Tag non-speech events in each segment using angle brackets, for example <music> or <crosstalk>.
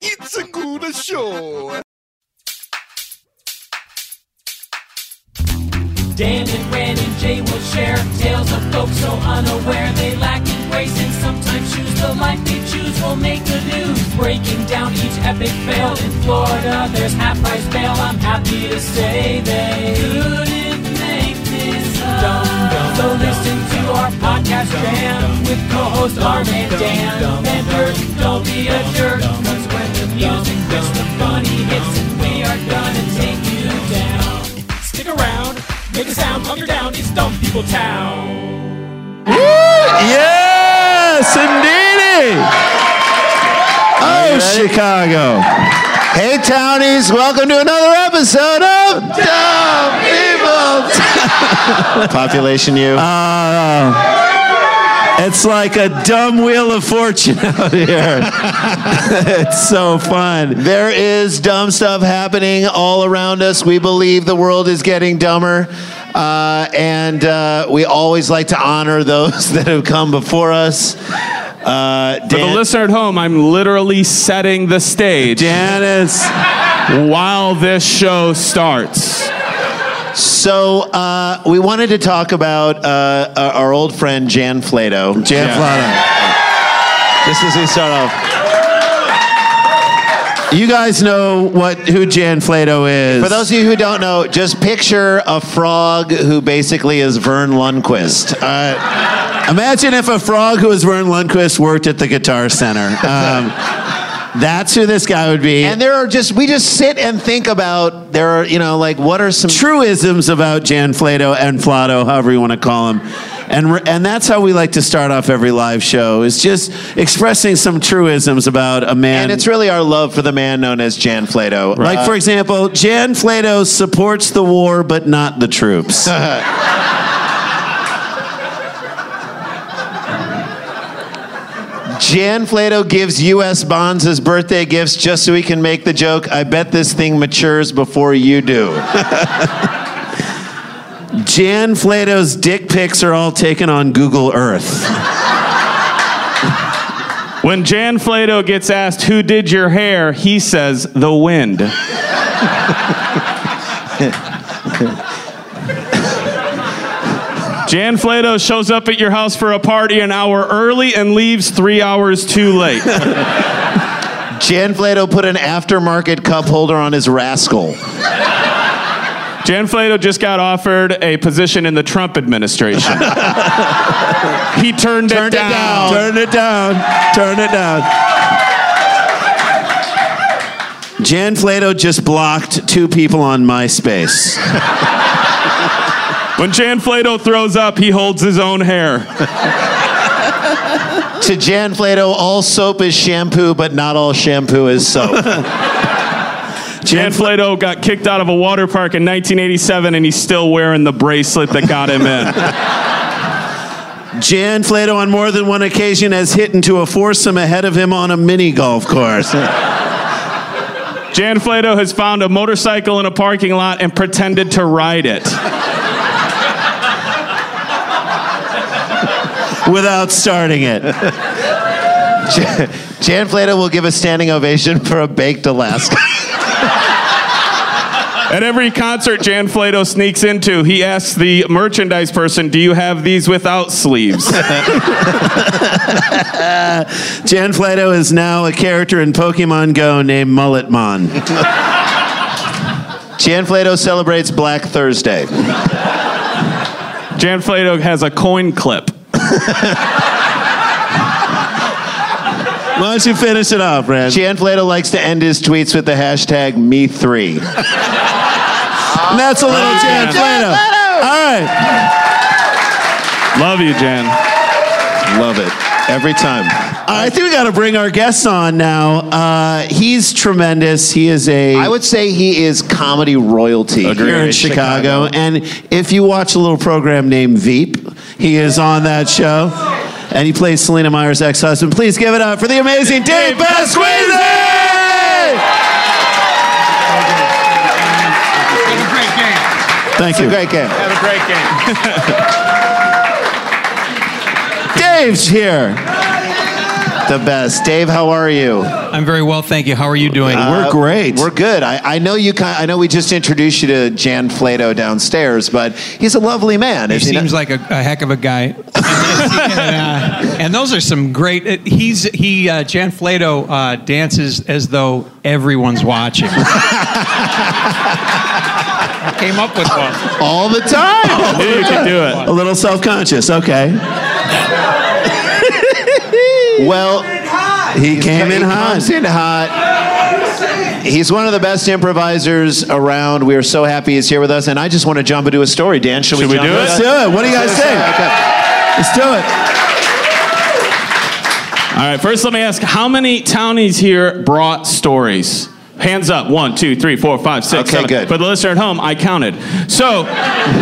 It's a good show. Dan and Ran and Jay will share tales of folks so unaware they lack in grace and sometimes choose the life they choose will make the news. Breaking down each epic fail in Florida, there's half price bail. I'm happy to say they couldn't make this up. So listen to our podcast jam with co-host Arm and Dan. Bender, don't be a jerk. 'cause when the music hits, the funny hits, and we are gonna take you down. Stick around, make a sound, hunker down, it's Dumb People Town. Yes, indeedy. Oh, Chicago. Hey, townies, welcome to another episode of Dumb People. <laughs> Uh, Population you. it's like a dumb wheel of <laughs> fortune out here. it's so fun. There is dumb stuff happening all around us. We believe the world is getting dumber. Uh, and uh, we always like to honor those <laughs> that have come before us. Uh, Dan, For the listener at home, I'm literally setting the stage Janice. while this show starts. so uh, we wanted to talk about uh, our- our old friend Jan Flato. Jan Flata. Just as we start off. You guys know what who Jan Flato is. For those of you who don't know, just picture a frog who basically is Vern Lundquist. Uh, imagine if a frog who was Vern Lundquist worked at the Guitar Center. Um, that's who this guy would be. And there are just, we just sit and think about, there are, you know, like, what are some truisms about Jan Flato and Flato, however you want to call him. And, re- and that's how we like to start off every live show is just expressing some truisms about a man. And it's really our love for the man known as Jan Flato. like, for example, Jan Flato supports the war but not <laughs> the troops. Jan Flato gives U.S. bonds as birthday gifts just so he can make the joke. I bet this thing matures before you do. <laughs> Jan Flato's dick pics are all taken on Google Earth. When Jan Flato gets asked, Who did your hair? he says, The <laughs> wind. Jan Flato shows up at your house for a party an hour early and leaves three hours too late. <laughs> Jan Flato put an aftermarket cup holder on his rascal. Jan Flato just got offered a position in the Trump <laughs> administration. he turned, Turned it it down. down. Turn it down. Turn it down. Jan Flato just blocked two people on MySpace. <laughs> When Jan Flato throws up, he holds his own <laughs> hair. To Jan Flato, all soap is shampoo, but not all shampoo is soap. <laughs> Jan Flato got kicked out of a water park in 1987, and he's still wearing the bracelet that got him <laughs> in. Jan Flato, on more than one occasion, has hit into a foursome ahead of him on a mini golf course. <laughs> Jan Flato has found a motorcycle in a parking lot and pretended to ride it. Without starting it. <laughs> Jan Flato will give a standing ovation for a baked Alaska. At every concert Jan Flato sneaks into, he asks the merchandise person, Do you have these without <laughs> sleeves? Jan Flato is now a character in Pokemon Go named <laughs> Mulletmon. Jan Flato celebrates Black Thursday. Jan Flato has a coin clip. Why don't you finish it off, Rand? Jan Flato likes to end his tweets with the hashtag Me3. And that's a little Jan Flato. All right. Love you, Jan. Love it. Every time. I think we got to bring our guest on now. Uh, he's tremendous. He is a I would say he is comedy royalty here in Chicago. and if you watch a little program named Veep, he is on that show, and he plays Selena Meyer's ex-husband. Please give it up for the amazing Dave Pasquale. Thank you. Great game. Have a great game. <laughs> Dave's here. The best. Dave, how are you? I'm very well, thank you. How are you doing? Uh, We're great. We're good. I, I know you. Kind, I know we just introduced you to Jan Flato downstairs, but he's a lovely man. he is he seems not? like a, a heck of a guy. and, uh, and those are some great. It, he's he uh, Jan Flato uh, dances as though everyone's watching. <laughs> I came up with one. all the time. Dude, you can do it. a little self-conscious. Okay. <laughs> well, He came in he hot. Comes in hot. He's one of the best improvisers around. We are so happy he's here with us, and I just want to jump into a story. Dan, should, Should we jump do into it? Let's do it. What do you guys think? Okay. Let's do it. All right, first let me ask how many townies here brought stories? Hands up. One, two, three, four, five, six, Okay, seven. good. For the listener at home, I counted. So, <laughs>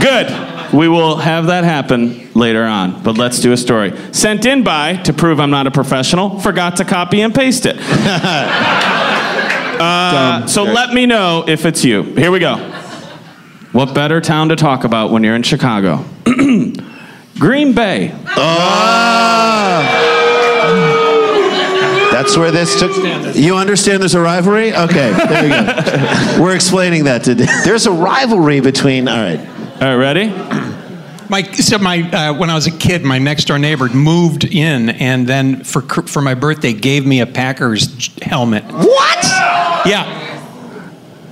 good. We will have that happen later on, but let's do a story. Sent in by, to prove I'm not a professional, forgot to copy and paste <laughs> it. Uh, so let me know if it's you. Here we go. What better town to talk about when you're in Chicago? <clears throat> Green Bay. That's where this took. You understand there's a rivalry? Okay. There you <laughs> go. we're explaining that to Dan. There's a rivalry between. All right. All right, ready? My so my uh, when I was a kid, my next door neighbor moved in, and then for cr- for my birthday, gave me a Packers j- helmet. What? Yeah.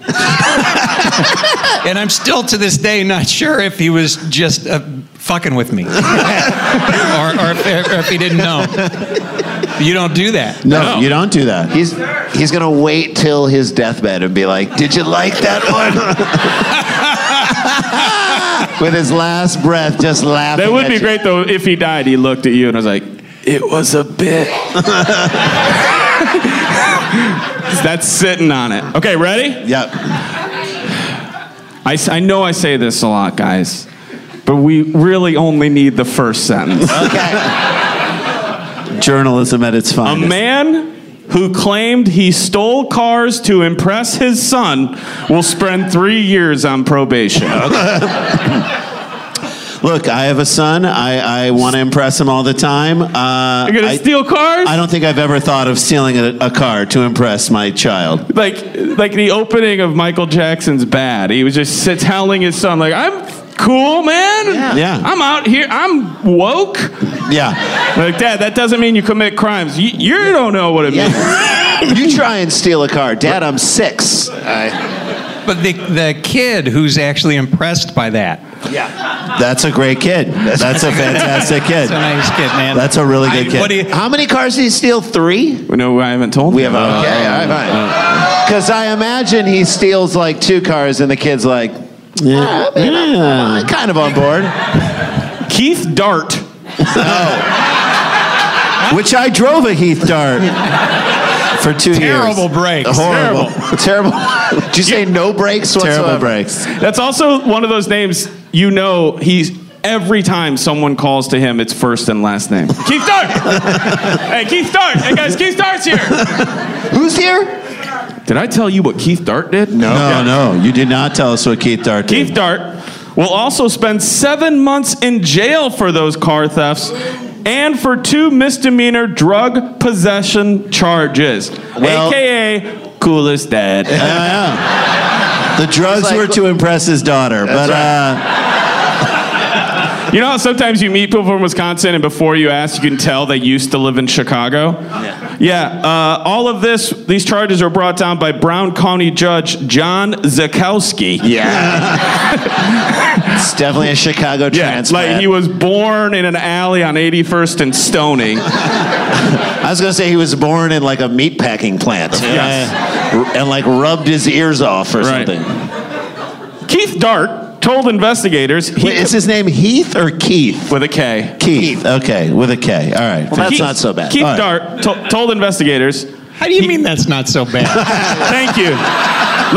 <laughs> and I'm still to this day not sure if he was just uh, fucking with me <laughs> or, or, if, or if he didn't know. You don't do that. No, you don't do that. He's he's gonna wait till his deathbed and be like, "Did you like that one?" <laughs> With his last breath, just laughing. That would at be you. great though. If he died, he looked at you and was like, "It was a bit." <laughs> That's sitting on it. Okay, ready? Yep. I, s- I know I say this a lot, guys, but we really only need the first sentence. Okay. Journalism at its a finest. man who claimed he stole cars to impress his son will spend three years on probation. Look, I have a son. I, I want to impress him all the time. Uh, You're gonna I- steal cars? I don't think I've ever thought of stealing a, a car to impress my child. <laughs> like like the opening of Michael Jackson's Bad. He was just sit- telling his son like I'm cool, man. Yeah. I'm out here. I'm woke. Yeah. Like dad, that doesn't mean you commit crimes. You, you don't know what it means. you try and steal a car, Dad. I'm six. I, But the, the kid who's actually impressed by that. That's a great kid. That's a fantastic kid. That's a nice kid, man. That's a really good kid. What do you, how many cars did he steal? Three. No, I haven't told. We have. Oh. Uh, okay. All right. Fine. Because I imagine he steals like two cars, and the kid's like, "Ah, man, I'm- I'm kind of on board." Oh. Keith Dart. Which I drove a Heath Dart for two terrible years. break. Horrible. <laughs> Terrible. Did you say no brakes whatsoever? Terrible breaks. That's also one of those names you know he's. Every time someone calls to him, it's first and last name. Keith Dart! hey, Keith Dart! Hey, guys, Keith Dart's here! Who's here? Did I tell you what Keith Dart did? No. No, no, you did not tell us what Keith Dart did. Keith Dart will also spend seven months in jail for those car thefts and for two misdemeanor drug possession charges, Well- aka coolest dad. The drugs like- were to impress his daughter, but uh, You know how sometimes you meet people from Wisconsin and before you ask, you can tell they used to live in Chicago. Yeah. uh, all of this, these charges are brought down by Brown County Judge John Zakowski. <laughs> Yeah. it's definitely a Chicago Yeah, it's transplant. like he was born in an alley on 81st and Stony. I was going to say he was born in like a meatpacking plant. Yes. Uh, and like rubbed his ears off or Right. something. Keith Dart told investigators he Wait, is his name Heath or Keith? with a K. Keith. Okay, with a K. All right. Well, that's Keith- not so bad. Keith All right. Dart to- told investigators, How do you mean that's not so bad? <laughs> "Thank you."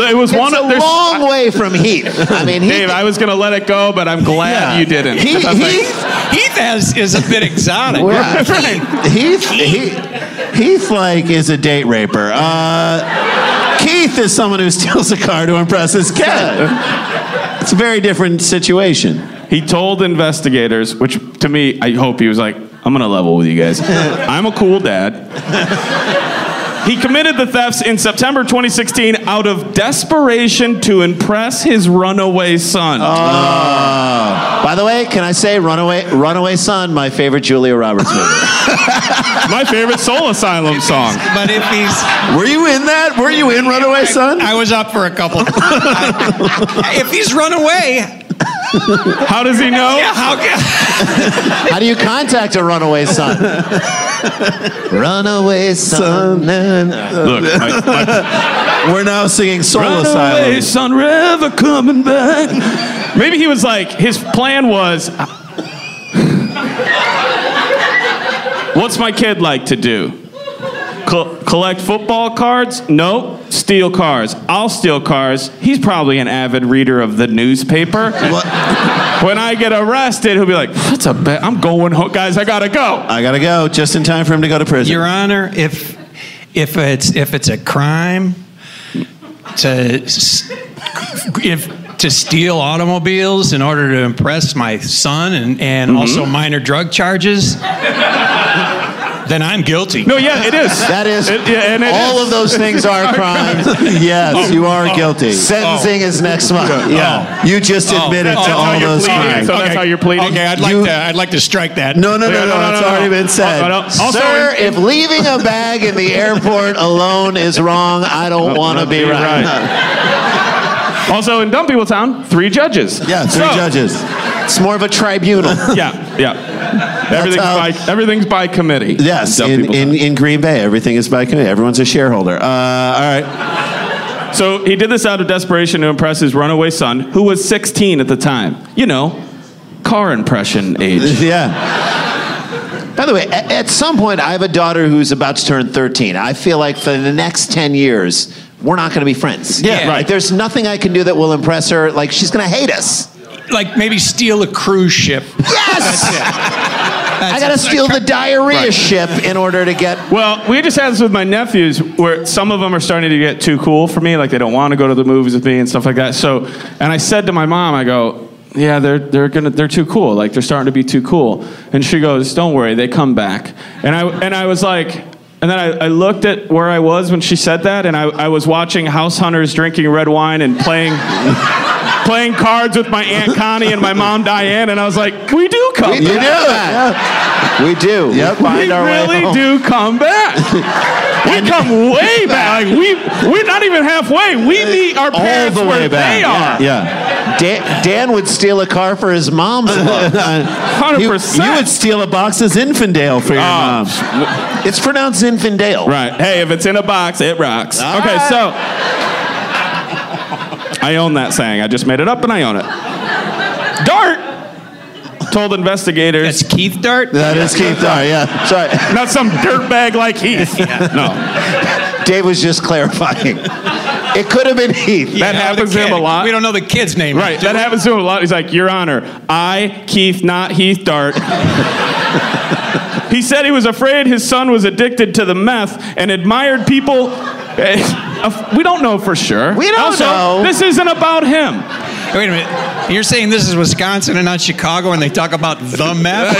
It was one It's of a there's- long way from Heath. I mean, Heath. Dave, I was gonna let it go, but I'm glad Yeah. you didn't. <laughs> <laughs> Heath, I was like, Heath, Heath has, is a bit exotic. <laughs> Yeah. Heath, Heath, Heath, like, is a date raper. Uh, Keith is someone who steals a car to impress <laughs> his kid. It's a very different situation. he told investigators, which to me, I hope he was like, I'm gonna level with you <laughs> guys. I'm a cool dad. He committed the thefts in September 2016 out of desperation to impress his runaway son. Oh. Uh, By the way, can I say Runaway Runaway Son, my favorite Julia Roberts movie? <laughs> My favorite Soul Asylum song. But if he's. Were you in that? Were you in Runaway Son? I was up for a couple. <laughs> I- if he's run away, How does he know? yeah, how ca- <laughs> How do you contact a <laughs> runaway son? runaway son. Look, my, my <laughs> We're now singing Soul Runaway Asylum. Sun River coming back. Maybe he was like, his plan was, what's my kid like to do? Co- collect football cards? No. Steal cars. I'll steal cars. He's probably an avid reader of the newspaper. When I get arrested, he'll be like, that's a bet. I'm going home. Guys, I gotta go. I gotta go just in time for him to go to prison. Your Honor, if if it's if it's a crime to s- if to steal automobiles in order to impress my son and and Mm-hmm. also minor drug charges, then I'm guilty. No, yeah, it is. That is It- yeah, and it all is. Oh, of those things <laughs> are crimes. yes, you are guilty. Sentencing is next month. Yeah, you just admitted Oh. That's to how all you're those pleading. crimes. So that's how you're pleading. Okay, I'd like You- to I'd like to strike that. No, no, no, no, No, no, no, It's no, no. already been said. Oh, no. Also- Sir, if leaving a bag in the airport alone is wrong, I don't want to be be right. <laughs> Also, in Dumb People Town, three judges. Yeah, three So- judges. It's more of a tribunal. <laughs> Yeah, yeah. Everything's how- by everything's by committee. Yes, Dumb in, People in, Town. in Green Bay, everything is by committee. Everyone's a shareholder. Uh, all right. so he did this out of desperation to impress his runaway son, who was 16 at the time. You know, car impression age. <laughs> Yeah. By the way, a- at, some point, I have a daughter who's about to turn 13. I feel like for the next 10 years, we're not going to be friends. Yeah, Yeah. Like, there's nothing I can do that will impress her. Like, she's going to hate us. Like maybe steal a cruise <laughs> ship. Yes! I That's got to a- steal the diarrhea ship in order to get. Well, we just had this with my nephews, where some of them are starting to get too cool for me, like they don't want to go to the movies with me and stuff like that. So, and I said to my mom, I go, "Yeah, they're they're gonna they're too cool. Like they're starting to be too cool." And she goes, "Don't worry, they come back." And I and I was like, and then I, I looked at where I was when she said that, and I, I was watching House Hunters, drinking red wine, and playing. <laughs> Playing cards with my aunt Connie and my mom Diane, and I was like, "We do come. You do back. that. We do. Yep. We We find our way really home. do come <laughs> back. we come way back. Like we we're not even halfway. We meet our All parents the where way they back. are. Yeah. Dan, Dan would steal a car for his <laughs> mom's love. Hundred You, percent. Oh. you would steal a box of Zinfandel for your mom. It's pronounced Zinfandel. Right. Hey, if it's in a box, it rocks. okay, so I own that saying. I just made it up and I own it. Dart told investigators, That's Keith Dart. That is Keith Dar, yeah. Sorry, not some dirtbag <laughs> like Heath. No, Dave was just clarifying. It could have been Heath. that happens to him a lot. We don't know the kid's name. Right, that happens to him a lot. He's like, Your Honor, I, Keith, not Heath Dart. <laughs> he said he was afraid his son was addicted to the meth and admired people. <laughs> we don't know for sure. We don't also, know. This isn't about him. Wait a minute. You're saying this is Wisconsin and not Chicago, and they talk about <laughs> the meth?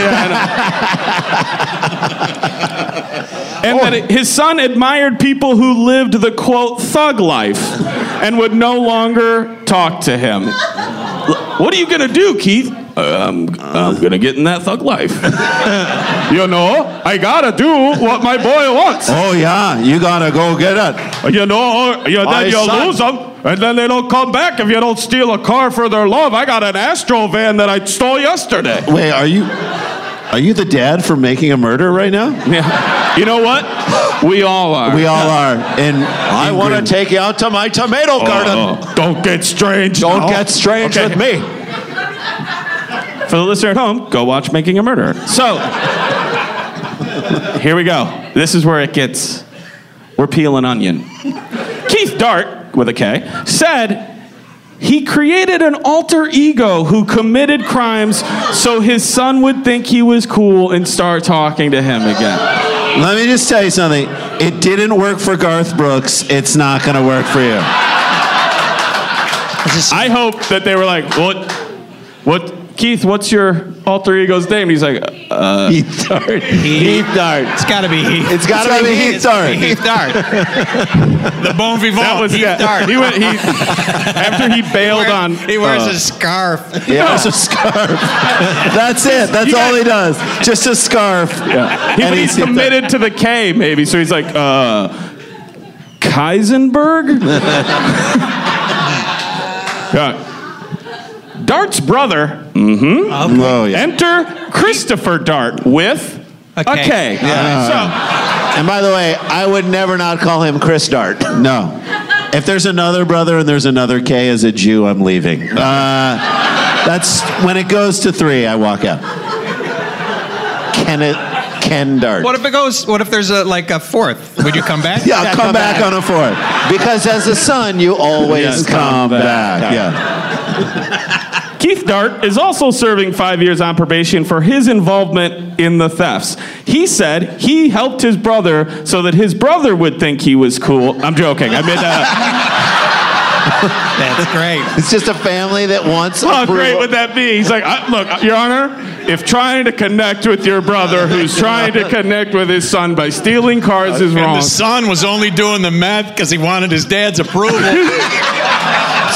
And that his son admired people who lived the quote thug life and would no longer talk to him. What are you gonna do, Keith? "Uh, I'm, I'm gonna get in that thug life. <laughs> you know, I gotta do what my boy wants. Oh, yeah. You gotta go get it. You know, uh, you, My then you son. lose them, and then they don't come back if you don't steal a car for their love. I got an Astro van that I stole yesterday. Wait, are you are you the dad for making a murder right now? Yeah. You know what? We all are. We all are. And I wanna take you out to my tomato Oh, don't get strange. Don't No. get strange Okay. with me. For the listener at home, go watch Making a Murderer. So, here we go. This is where it gets. We're peeling onion. Keith Dart, with a K, said he created an alter ego who committed crimes so his son would think he was cool and start talking to him again. Let me just tell you something. It didn't work for Garth Brooks. It's not gonna work for you. This is- I hope that they were like, what, what, Keith, what's your alter ego's name? And he's like, uh, Heath Dart. Heath Dart. It's got <laughs> to be Heath. It's got to be Heath Dart. Heath Dart. <laughs> the Bon Vivant. that was Heath yeah. Dart. He went. He after he bailed wears- on. He wears uh, a scarf. Yeah. Just a scarf. That's it. That's all he does. Just a scarf. Yeah. He- And he's he's- committed to the K, maybe. So he's like, uh, Kaisenberg? <laughs> Yeah. Dart's brother, Mm-hmm. Oh yeah. enter Christopher Dart with a A K. K. Uh, And by the way, I would never not call him Chris Dart. <laughs> No. If there's another brother and there's another K as a Jew, I'm leaving. Uh, that's when it goes to three, I walk out. Ken, Ken Dart. What if it goes? What if there's a like a fourth? Would you come <laughs> back? Yeah, come, back, on a fourth. Because as a son, you always Yes, come, back. Yeah. So Keith Dart is also serving five years on probation for his involvement in the thefts. He said he helped his brother so that his brother would think he was cool. I'm joking. I made that up. <laughs> <laughs> That's great. It's just a family that wants How approval. great would that be? He's like, I, look, uh, Your Honor, if trying to connect with your brother who's trying to connect with his son by stealing cars is And wrong. the son was only doing the meth because he wanted his dad's <laughs> approval.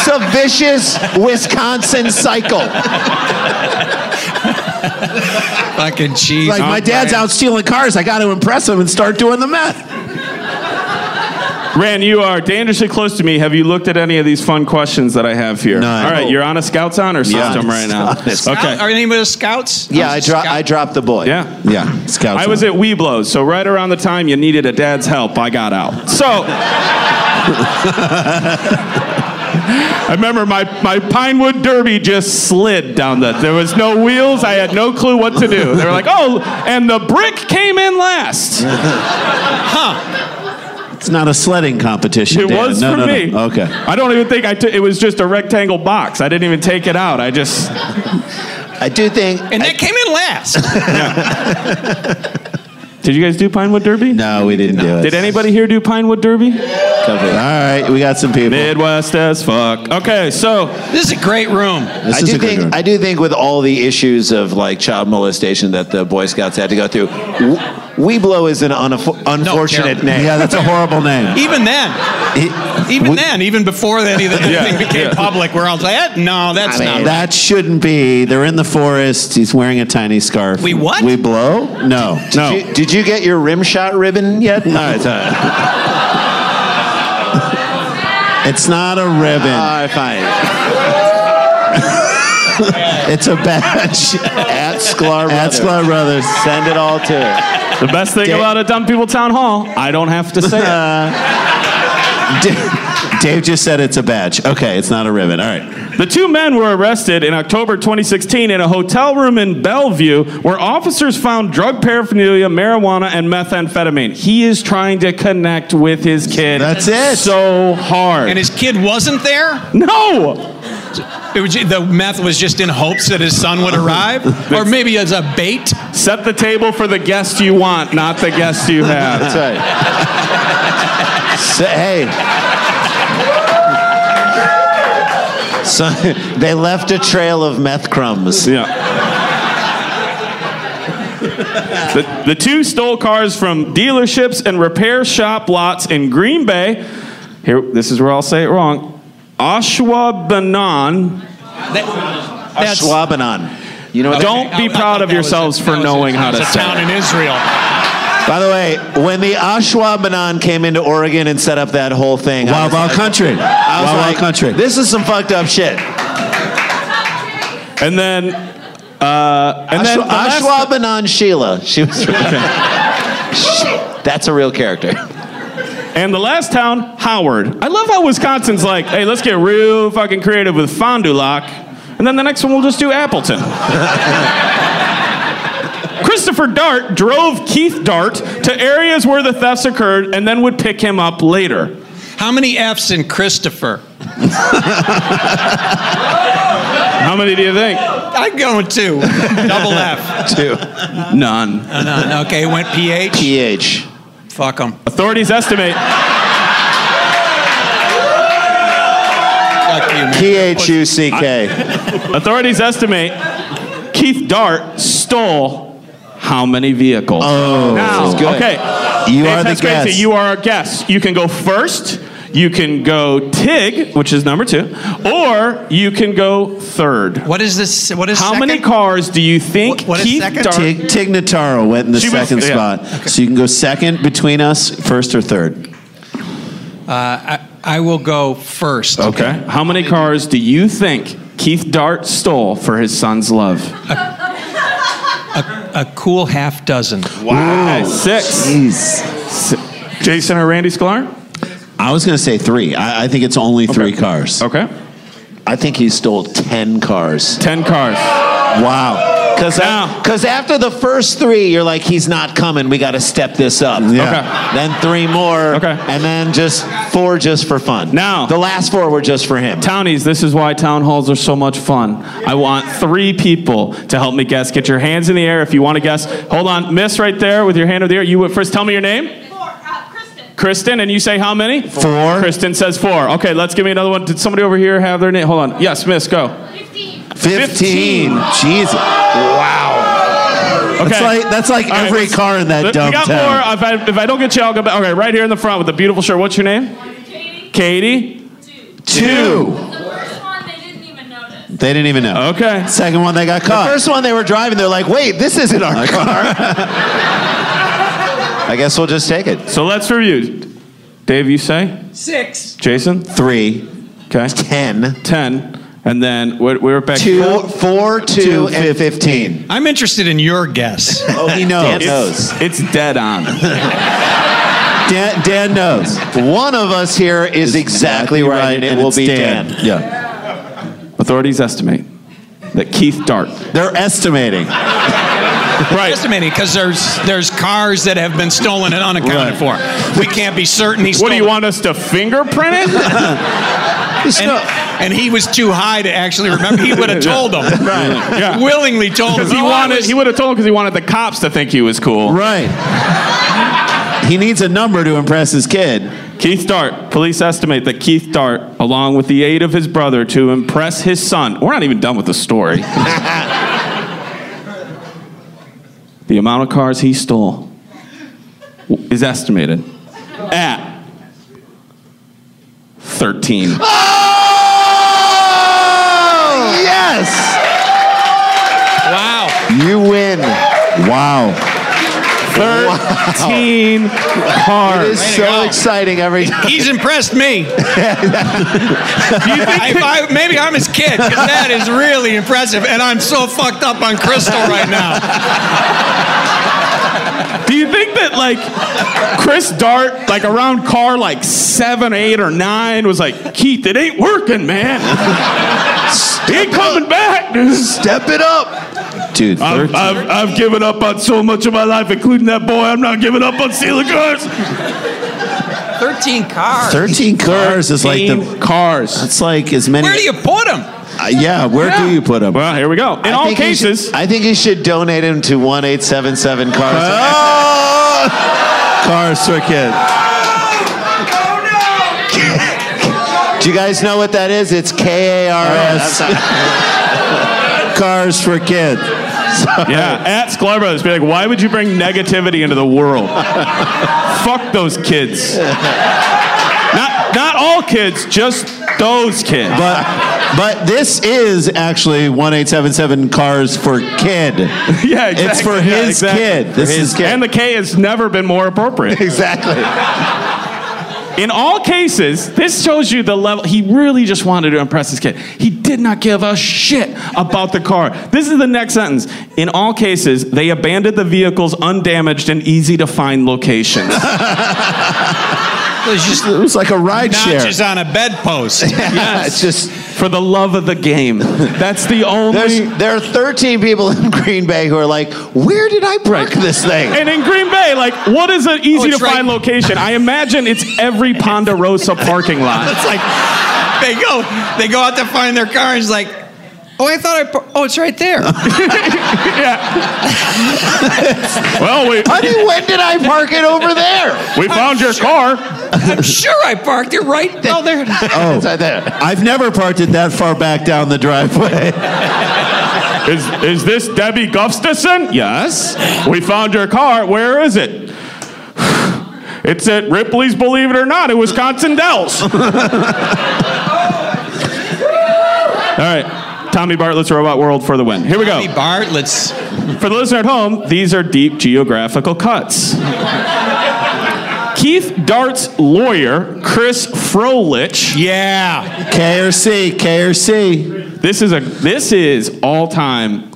It's a vicious Wisconsin cycle. Fucking cheese. Like, my dad's out stealing cars. I got to impress him and start doing the math. Rand, you are dangerously close to me. Have you looked at any of these fun questions that I have here? No. All right, you're on a Scouts Honor system right now. Scouts. Okay. Are any of the scouts? Yeah, I, was a dro- scout. I dropped the boy. yeah. Yeah, scouts. I was at Weeblows, so right around the time you needed a dad's help, I got out. <laughs> So I remember my, my Pinewood Derby just slid down the. There was no wheels. I had no clue what to do. They were like, "Oh, and the brick came in <laughs> last." it's not a sledding competition. It Dan. was no, for no, no. me. Okay. I don't even think I took. It was just a rectangle box. I didn't even take it out. I just. I do think. And that came in <laughs> last. Did you guys do Pinewood Derby? No, we didn't do it. Did anybody here do Pinewood Derby? All right, we got some people. Midwest as fuck. Okay, so this is a great room. This I is do a good think one. I do think with all the issues of like child molestation that the Boy Scouts had to go through, w- Weeblow is an unafo- unfortunate terrible. name. yeah, that's a <laughs> horrible name. Even then, even then, even before that, even anything became yeah. public, we're all like, "Eh, no, that's I not. mean, right." That shouldn't be. They're in the forest. He's wearing a tiny scarf. We what? We blow? No. no. Did, you, did you get your rim shot ribbon yet? All right, all right. <laughs> It's not a ribbon. All right, fine. <laughs> It's a badge. At At Sklar Brothers. Sklar Brothers. Send it all to her. The best thing Dick. about a dumb people town hall, I don't have to say it. <laughs> Da- Dave just said it's a badge. Okay, it's not a ribbon. All right. The two men were arrested in October 2016 in a hotel room in Bellevue where officers found drug paraphernalia, marijuana, and methamphetamine. He is trying to connect with his kid. That's it. So hard. and his kid wasn't there. no! It was, the meth was just in hopes that his son would arrive, or maybe as a bait. Set the table for the guest you want, not the guest you have. That's right. So, hey. So, <laughs> they left a trail of meth crumbs. Yeah. The, the two stole cars from dealerships and repair shop lots in Green Bay. Here, this is where I'll say it wrong. Ashwaubenon. That, that's Schwabanon. You know what that Don't be I- I proud thought of that was yourselves a- for that was a- knowing how that to was a say town it. in Israel. By the way, when the Ashwaubenon came into Oregon and set up that whole thing, I Wild was Wild like- Country. Wild I was Wild like, Country. This is some fucked up shit. And then, uh, and then Ashwa- the last- Ashwaubenon Sheila. She was. She- That's a real character. And the last town, Howard. I love how Wisconsin's like, hey, let's get real fucking creative with Fond du Lac. And then the next one, we'll just do <laughs> Appleton. Christopher Dart drove Keith Dart to areas where the thefts occurred and then would pick him up <laughs> later. How many F's in Christopher? How many do you think? I'm going two. Double F. Too. None. No, no, no, okay, went PH. PH. Fuck them. Authorities estimate Fuck you, man. P H U C K. Authorities estimate Keith Dart stole how many vehicles? Oh, now, this is good. okay. You Dave are the Pasquanti, guest. You are our guest. You can go first. You can go Tig, which is number two, or you can go third. What is this? What is How second? many cars do you think What- what is Keith second? Dart? Tig, Tig Notaro went in the She was- second yeah. spot. So you can go second between us, first or third. Uh, I, I will go first. Okay. How many cars do you think Keith Dart stole for his son's love? A cool half dozen. Wow. Six. Jeez. Jason or Randy Sklar? I was going to say three. I, I think it's only three cars. Okay. I think he stole 10 cars. Ten cars. Wow. Because Now- after the first three, you're like, he's not coming. We got to step this up. Okay. Then three more. Okay. And then just four just for fun. Now- The last four were just for him. Townies, this is why town halls are so much fun. I want three people to help me guess. Get your hands in the air if you want to guess. Hold on, miss right there with your hand over the air. You would first tell me your name. Four, uh, Kristen. Kristen, and you say how many? Four. Kristen says four. Okay, let's give me another one. Did somebody over here have their name? Hold on. Yes, miss, go. 15. 15. Jesus. Okay. That's like, that's like All right, every let's- car in we that dumb got town. more. If I, if I don't get you, I'll go back. Okay, right here in the front with the beautiful shirt. What's your name? Katie. Katie. Two. Two. The first one, they didn't even notice. They didn't even know. Okay. Second one, they got caught. First one they were driving, they're like, wait, this isn't our car. <laughs> I guess we'll just take it. So let's review. Dave, you say? Six. Jason? Three, Okay. ten, 10. And then we we were back two, four, two, and fifteen. I'm interested in your guess. <laughs> Oh, he knows. Dan knows. It's dead on. <laughs> Dan, Dan knows. One of us here is exactly right, and it will it's be Dan. Yeah. Authorities estimate that Keith Dart. They're estimating. Right. Estimating because there's there's cars that have been stolen and unaccounted for. We can't be certain he stole. What do you them. want us to fingerprint it? And, and he was too high to actually remember. He would have <laughs> told them. right. Yeah. <laughs> Willingly told Oh, them. Because he wanted, he would have told him because he wanted the cops to think he was cool. Right. he needs a number to impress his kid. Keith Dart. Police estimate that Keith Dart, along with the aid of his brother, to impress his son. We're not even done with the story. <laughs> the amount of cars he stole w- is estimated at 13. Oh! Yes! wow. You win. Wow. 13 It cars. is so exciting every time. He's impressed <laughs> me. If I- maybe I'm his kid because that is really impressive. And I'm so fucked up on Crystal right now. Do you think that like Chris Dart, like around car like seven, eight, or nine, was like, Keith, it ain't working, man. He ain't coming back, dude. Step it up. Dude, I've, I've, I've given up on so much of my life, including that boy. I'm not giving up on stealing cars. 13 cars. 13 cars is like the. Stealing cars. It's like as many. Where do you put them? Uh, yeah, where do you put them? Well, here we go. In I all think he should- cases, I think you should donate him to 1877 Cars. Oh, Cars for kids. Do you guys know what that is? It's K A R S. <laughs> Cars for kids. yeah, at Sklar Brothers, be like, why would you bring negativity into the world? Fuck those kids. not, not all kids, just those kids. But but this is actually 1877 Cars for <laughs> Kid. Yeah, exactly. It's for Yeah, his exactly. kid. This his is kid. And the K has never been more <laughs> appropriate. Exactly. In all cases, this shows you the level. He really just wanted to impress his kid. He did not give a shit about the car. This is the next sentence. In all cases, they abandoned the vehicles undamaged and easy to find <laughs> locations. It's just It was like a ride share. notches on a bedpost. It's just for the love of the game. That's the only. there's there are 13 people in Green Bay who are like, where did I park this thing? and in Green Bay, like, what is an easy Oh, it's to find right- location? I imagine it's every Ponderosa parking <laughs> lot. <laughs> It's like they go, they go out to find their car, and it's like, oh, I thought I, par- oh, it's right there. <laughs> yeah. well, we, Honey, when did I park it over there? we found your car. I'm sure I parked it right. <laughs> Oh, there. it is. It's right there. I've never parked it that far back down the driveway. Is, is this Debbie Gustafson? Yes. We found your car. Where is it? It's at Ripley's, believe it or not, at Wisconsin Dells. All right. Tommy Bartlett's Robot World for the win. Here we go. Hey, Bart, let's. For the listener at home, these are deep geographical cuts. Keith Dart's lawyer, Chris Frolich. Yeah. KRC, KRC. This is a this is all-time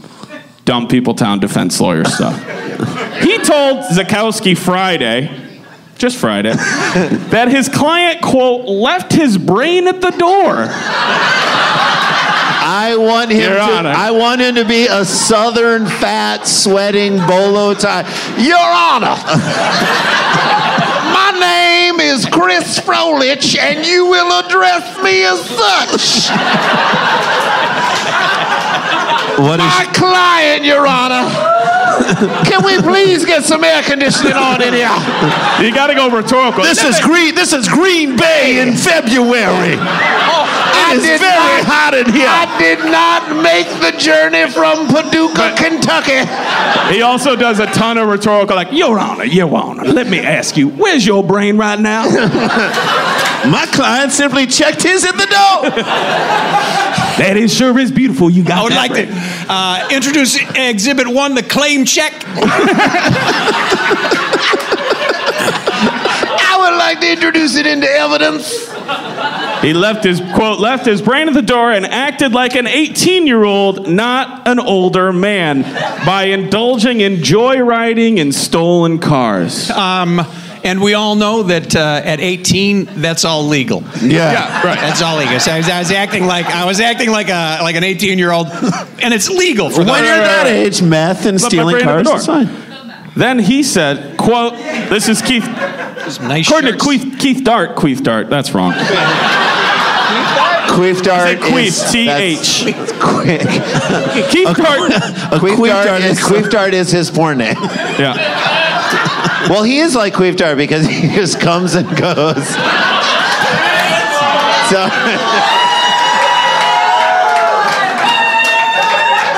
dumb people town defense lawyer stuff. he told Zakowski Friday, just Friday, <laughs> that his client, quote, left his brain at the door. I want him Your to Honor. I want him to be a southern fat sweating bolo tie. Your Honor. My name is Chris Frolich and you will address me as such. What My is client, Your Honor. Can we please get some air conditioning on in here? You gotta go rhetorical. This is green. This is Green Bay in February. Oh, it is very hot in here. I did not make the journey from Paducah, Kentucky. He also does a ton of rhetorical, like, Your Honor, Your Honor, let me ask you, where's your brain right now? <laughs> my client simply checked his at the door. that is sure is beautiful. You got I would that like brain. to uh, introduce Exhibit One, the claim check. <laughs> I would like to introduce it into evidence. He left his quote left his brain at the door and acted like an 18-year-old, not an older man, by indulging in joyriding in stolen cars. Um, and we all know that uh, at 18, that's all legal. Yeah. That's all legal. So I was, I was acting like I was acting like a like an 18 year old, and it's legal for When those- you're that age, meth and my stealing brain at the cars door. is fine. Then he said, quote, this is Keith nice according to shirts. Keith, Keith Dart, Keith Dart, that's wrong. Queef Say dart. is- Queef, T that's- H. Quick. Keith Dart. A queef, dart, is, queef dart is his porn name. Yeah. Well, he is like queef dart because he just comes and goes. So,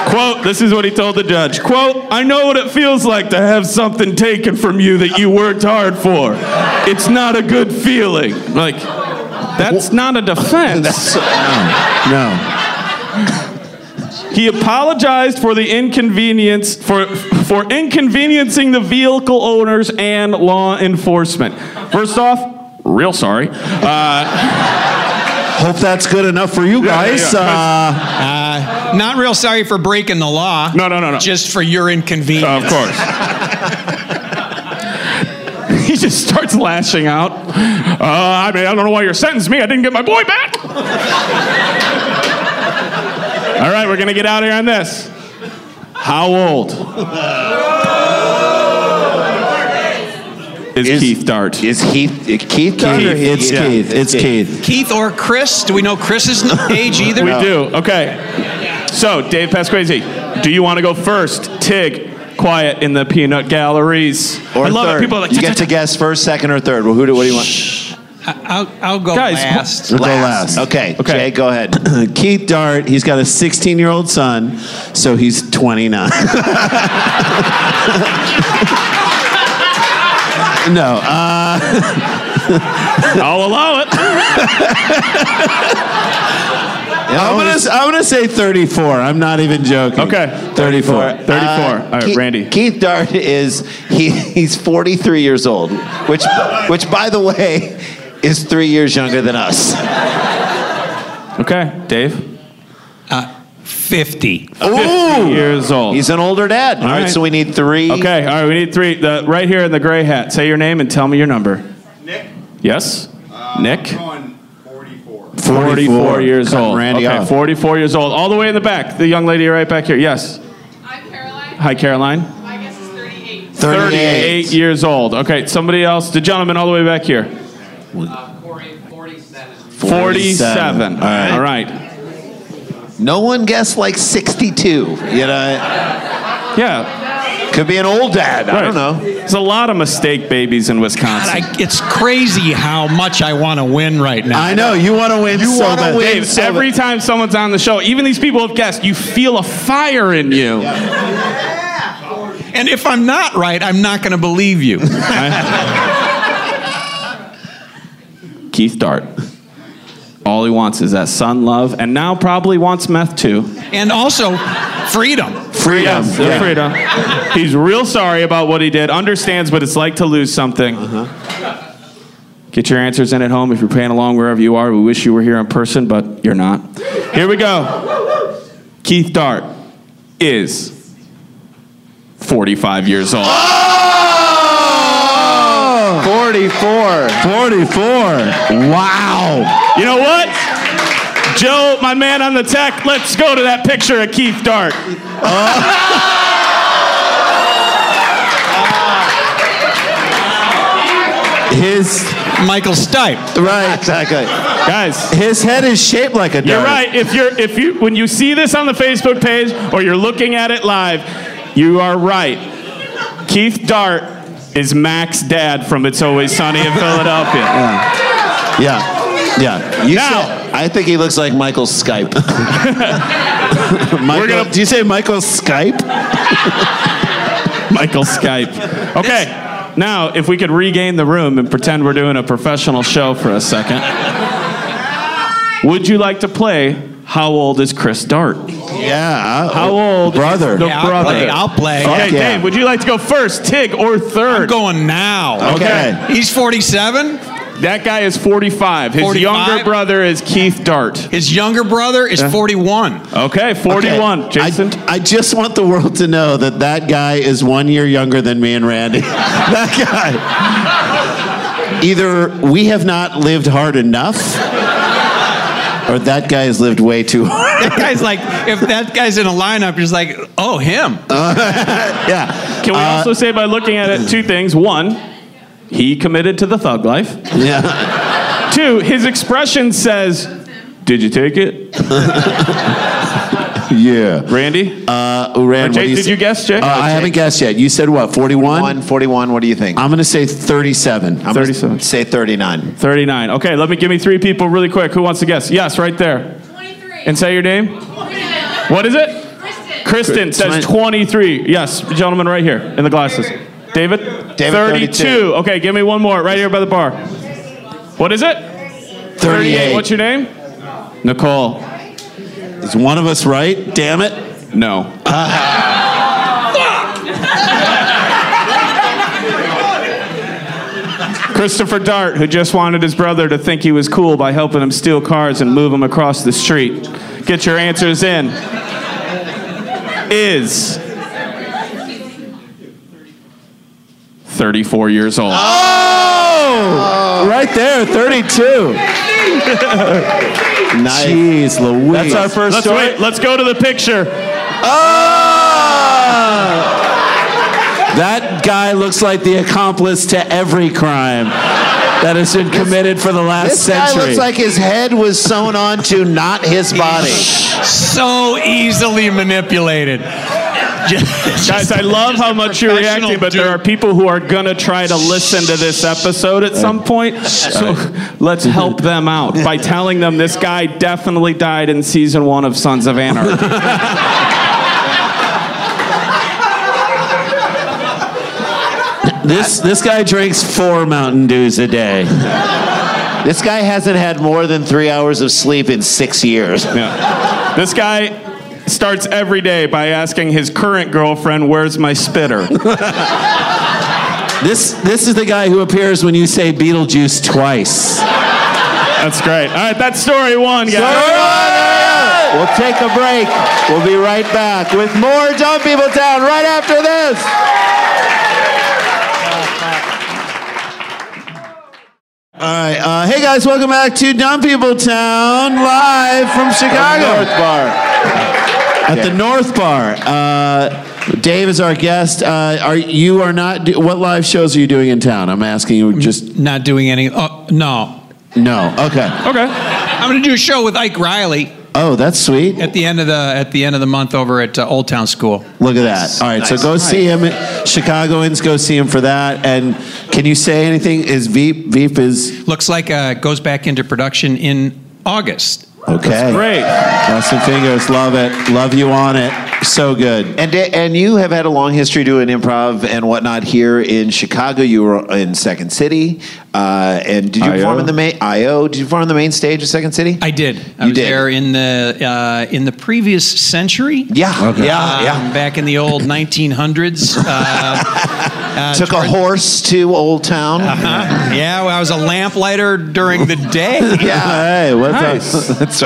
Quote, this is what he told the judge. Quote, I know what it feels like to have something taken from you that you worked hard for. It's not a good feeling. Like, that's not a <laughs> defense. No. He apologized for the inconvenience for for inconveniencing the vehicle owners and law enforcement. First off, real sorry. Uh, Hope that's good enough for you Yeah, yeah, guys. yeah. Uh, Uh, not real sorry for breaking the law. No, no, no, no. Just for your inconvenience. Of course. <laughs> he just starts lashing out. Uh, I mean, I don't know why you're sentenced me. I didn't get my boy back. All right, we're going to get out here on this. How old is, Is- Keith Dart? is Heath? Keith Dart? or Heath? it's Yeah. Keith. It's Keith. Keith or Chris? Do we know Chris's <laughs> age either? We do. Okay. So, Dave Pasquazi, do you want to go first? Tig, quiet in the peanut galleries. Or I love third. it. People are like, you get to guess first, second, or third. Well, who do? What do you want? I'll, I'll go Guys, last. We'll go last. Okay. Okay. Jay, go ahead. <clears throat> Keith Dart, he's got a 16 year old son, so he's <laughs> 29. no, uh, <laughs> I'll allow it. I'm gonna I'm gonna say 34. I'm not even joking. Okay. 34. 34. All right, Keith, Randy. Uh, Keith Dart is he, he's 43 years old, which which by the way is three years younger than us. Okay, Dave. Uh, 50. Ooh, years old. He's an older dad. All right, right. so we need three. okay, all right. We need three. The, right here in the gray hat. Say your name and tell me your number. Nick. Yes. Nick. 44. 44 years Cutting old. Randy okay, off. 44 years old. All the way in the back. The young lady right back here. Yes. I'm Caroline. Hi, Caroline. My guess is 38. 38. years old. Okay, somebody else. The gentleman all the way back here. Corey, 47. 47. All right. All right. No one guessed like 62. You know, Yeah. Uh, Could be an old dad. I Right. don't know. There's a lot of mistake babies in God, Wisconsin. I, it's crazy how much I want to win right now. I know you want to win. You so wanna bad. win Dave, so every time someone's on the show, even these people have guessed, you feel a fire in you. And if I'm not right, I'm not going to believe <laughs> you. Keith Dart. All he wants is that sun love, and now probably wants meth too. and also, freedom. Freedom. Yeah. He's real sorry about what he did, understands what it's like to lose something. Uh-huh. Get your answers in at home if you're playing along wherever you are. We wish you were here in person, but you're not. Here we go. Keith Dart is 45 years old. Oh! 44. 44. Wow. You know what? Joe, my man on the tech, let's go to that picture of Keith Uh, Dart. His Michael Stipe. Right. Exactly. Guys, his head is shaped like a. You're dart. right. If you're if you when you see this on the Facebook page or you're looking at it live, you are right. Keith Dart is Mac's dad from It's Always Sunny in Philadelphia. Yeah. Yeah. You Now- said- I think he looks like <laughs> Michael Skype. Michael, gonna- do you say Michael Skype? <laughs> Michael Skype. Okay. Now, if we could regain the room and pretend we're doing a professional show for a second. Would you like to play How Old is Chris Dart? Yeah. How old is Brother. the Yeah, I'll brother? play, I'll play. Okay, Fuck yeah. Dave, would you like to go first, Tig, or 3rd I'm going now. Okay. He's 47. That guy is 45. His 45? younger brother is Keith Dart. His younger brother is 41. Okay, 41. Okay. Jason? I, I just want the world to know that that guy is one year younger than me and Randy. <laughs> that guy. Either we have not lived hard enough, or that guy has lived way too hard. That <laughs> guy's like, if that guy's in a lineup, you're just like, oh, him. <laughs> Yeah. Uh, Can we also say by looking at it two things? One, he committed to the thug life. Yeah. Two, his expression says, Did you take <laughs> it? Yeah. Randy? Uh, Rand, Jake, what do you did say- you guess, Jake? Uh, I haven't guessed yet. You said what? 41? 1, 41. What do you think? I'm going to say 37. I'm gonna 37. Say 39. 39. Okay, let me give me three people really quick. Who wants to guess? Yes, right there. 23. And say your name. What is it? Kristen. Kristen says Twen- 23. Yes, gentleman right here in the glasses. David? David, 32. Okay, give me one more right here by the bar. What is it? 38. What's your name? Nicole. Is one of us right? Damn it. No. <laughs> Christopher Dart, who just wanted his brother to think he was cool by helping him steal cars and move them across the street. Get your answers in. Is 34 years old. Oh! Right there, 32. Nice. Jeez Louise. That's our first Let's story. wait. Let's go to the picture. Ah! Oh! That guy looks like the accomplice to every crime that has been committed for the last This guy century. looks like his head was sewn onto not his body. So easily manipulated. <laughs> Guys, Guys, I love how much you're professional reacting, but there dude. are people who are gonna try to listen to this episode at some point. So <laughs> let's help them out by telling them this guy definitely died in season one of Sons of Anarchy. this this guy drinks four Mountain Dews a day. This guy hasn't had more than three hours of sleep in six years. Yeah. This guy starts every day by asking his current girlfriend, "Where's my spitter?" This this is the guy who appears when you say Beetlejuice twice. That's great. All right, that's story one, guys. We'll take a break. We'll be right back with more Dumb People Town right after this. All right, uh, hey guys, welcome back to Dumb People Town live from Chicago. North Bar. at the North Bar. Uh, Dave is our guest. Uh, are you are not? do- What live shows are you doing in town? I'm asking you. Just Not doing any. Oh, no. no. Okay. Okay. I'm going to do a show with Ike Riley. Oh, that's sweet. at the end of the at the end of the month over at uh, Old Town School. Look at that. All right, so go see him. Chicagoans, go see him for that. And can you say anything? Is Veep? Veep is Looks like uh, it goes back into production in August. okay. Great. Austin Fingers, love it. Love you on it. So good. And and you have had a long history doing improv and whatnot here in Chicago. You were in Second City, uh, and did you IO? perform in the main IO? Did you perform on the main stage of Second City? I did. I You was did. there in the uh, in the previous century. yeah, yeah, Um, yeah. Back in the old 1900s. Uh, uh, Took a horse to Old Town. Uh-huh. yeah, well, I was a lamplighter during the day. <laughs> Yeah, Hey, what's up? that's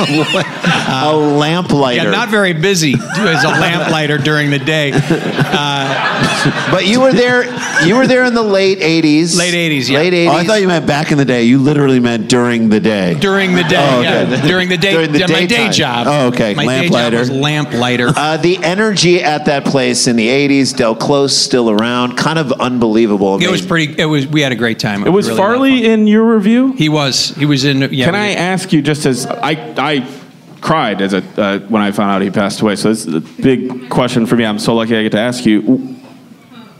right. a lamplighter. Yeah, not very busy as a lamplighter during the day. Uh, but you were there. You were there in the late '80s. Late 80s, yeah. Late Oh, '80s. I thought you meant back in the day. You literally meant during the day. During the day, Oh, yeah. okay. during the day, During the yeah, my day daytime. job. Oh, okay. my Lamplighter. day job was lamplighter. Uh, the energy at that place in the 80s, Del Close still around, kind of unbelievable. I it was mean, pretty. It was. We had a great time. It was really a lot of fun. Farley in your review? He was. He was in. Yeah, Can we I did. ask you just as I I cried as a uh, when I found out he passed away. So this is a big question for me. I'm so lucky I get to ask you.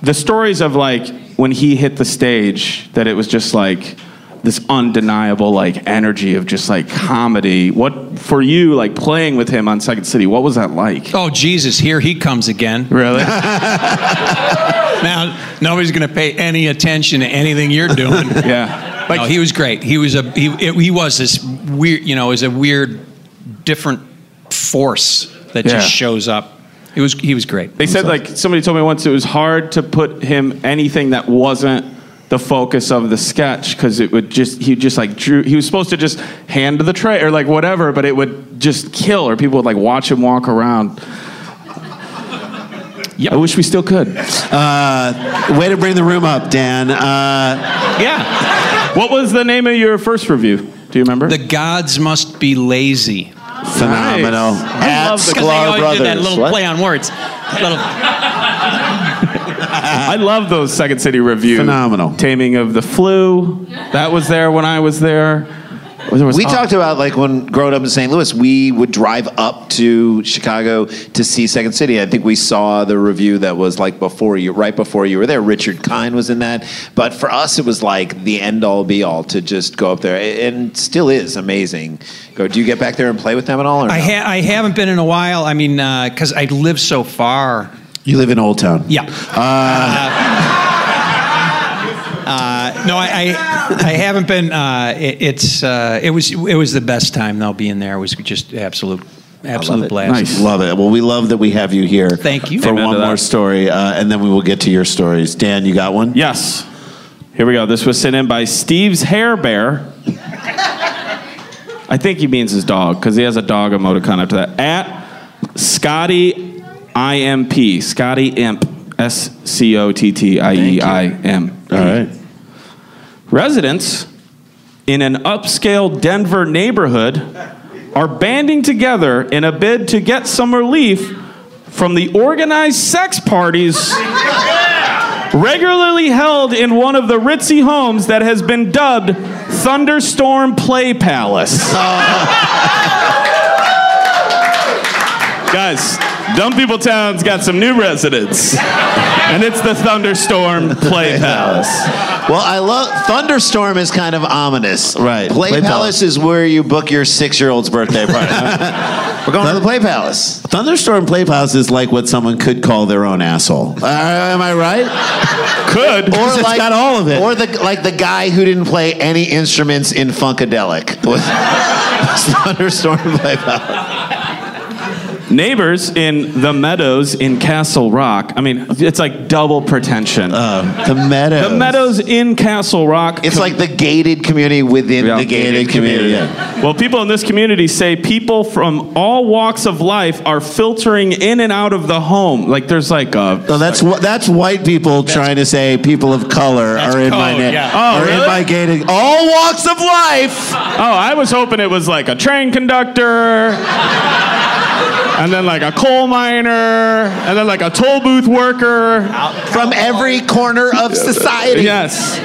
The stories of like when he hit the stage that it was just like this undeniable like energy of just like comedy. What for you like playing with him on Second City? What was that like? Oh Jesus! Here he comes again. Really? <laughs> Now nobody's going to pay any attention to anything you're <laughs> doing. yeah. But he was great. He was a he. It, he was this weird. You know, is a weird, different force that just Yeah. shows up. It was. He was great. They said like somebody told me once it was hard to put him anything that wasn't the focus of the sketch because it would just he just like drew he was supposed to just hand the tray or like whatever but it would just kill or people would like watch him walk <laughs> around. Yeah, I wish we still could. Uh, way to bring the room up, Dan. Uh, yeah. What was the name of your first review? Do you remember? The gods must be lazy. phenomenal. Nice. I At love the- 'Cause they Sklar always Brothers. did that little What? play on words. Little- I love those Second City reviews. Phenomenal. Taming of the Flu. That was there when I was there. There was- we oh, talked about like when growing up in St. Louis, we would drive up to Chicago to see Second City. I think we saw the review that was like before you, right before you were there. Richard Kine was in that, but for us, it was like the end all be all to just go up there, and still is amazing. Go, do you get back there and play with them at all? Or I no? ha- I haven't been in a while. I mean, because I live so far. You live in Old Town. Yeah. Uh, no, I, I, I haven't been. Uh, it, it's uh, it was it was the best time though. Being there was just absolute absolute blast. Nice. Love it. Well, we love that we have you here. Thank you. For Amen one to that. more story, uh, and then we will get to your stories. Dan, you got one? Yes. Here we go. This was sent in by Steve's hair bear. I think he means his dog because he has a dog emoticon after that. At Scotty IMP. Scotty Imp. S C O T T I E I M. All right. Residents in an upscale Denver neighborhood are banding together in a bid to get some relief from the organized sex parties regularly held in one of the ritzy homes that has been dubbed Thunderstorm Play Palace. <laughs> Guys, Dumb People Town's got some new residents, and it's the Thunderstorm <laughs> Play Palace. Well, I love thunderstorm is kind of ominous. Right. Play, Play Palace, Palace. is where you book your six-year-old's birthday <laughs> party. We're going to the Play Palace. Thunderstorm Playhouse is like what someone could call their own asshole. Uh, am I right? Could. Or It's got all of it. Or the like the guy who didn't play any instruments in Funkadelic <laughs> was, was thunderstorm Play Palace. Neighbors in the Meadows in Castle Rock. I mean, it's like double pretension. The meadows. the Meadows in Castle Rock. It's like the gated community within Yeah. the gated, Gated community. community, well, people in this community say people from all walks of life are filtering in and out of the home. Like there's like a. No, that's wh- that's white people trying to say people of color are in my code, name. yeah. Oh, are really? in my gated. All walks of life. oh, I was hoping it was like a train conductor. And then like a coal miner, and then like a toll booth worker. From every corner of society. Yes.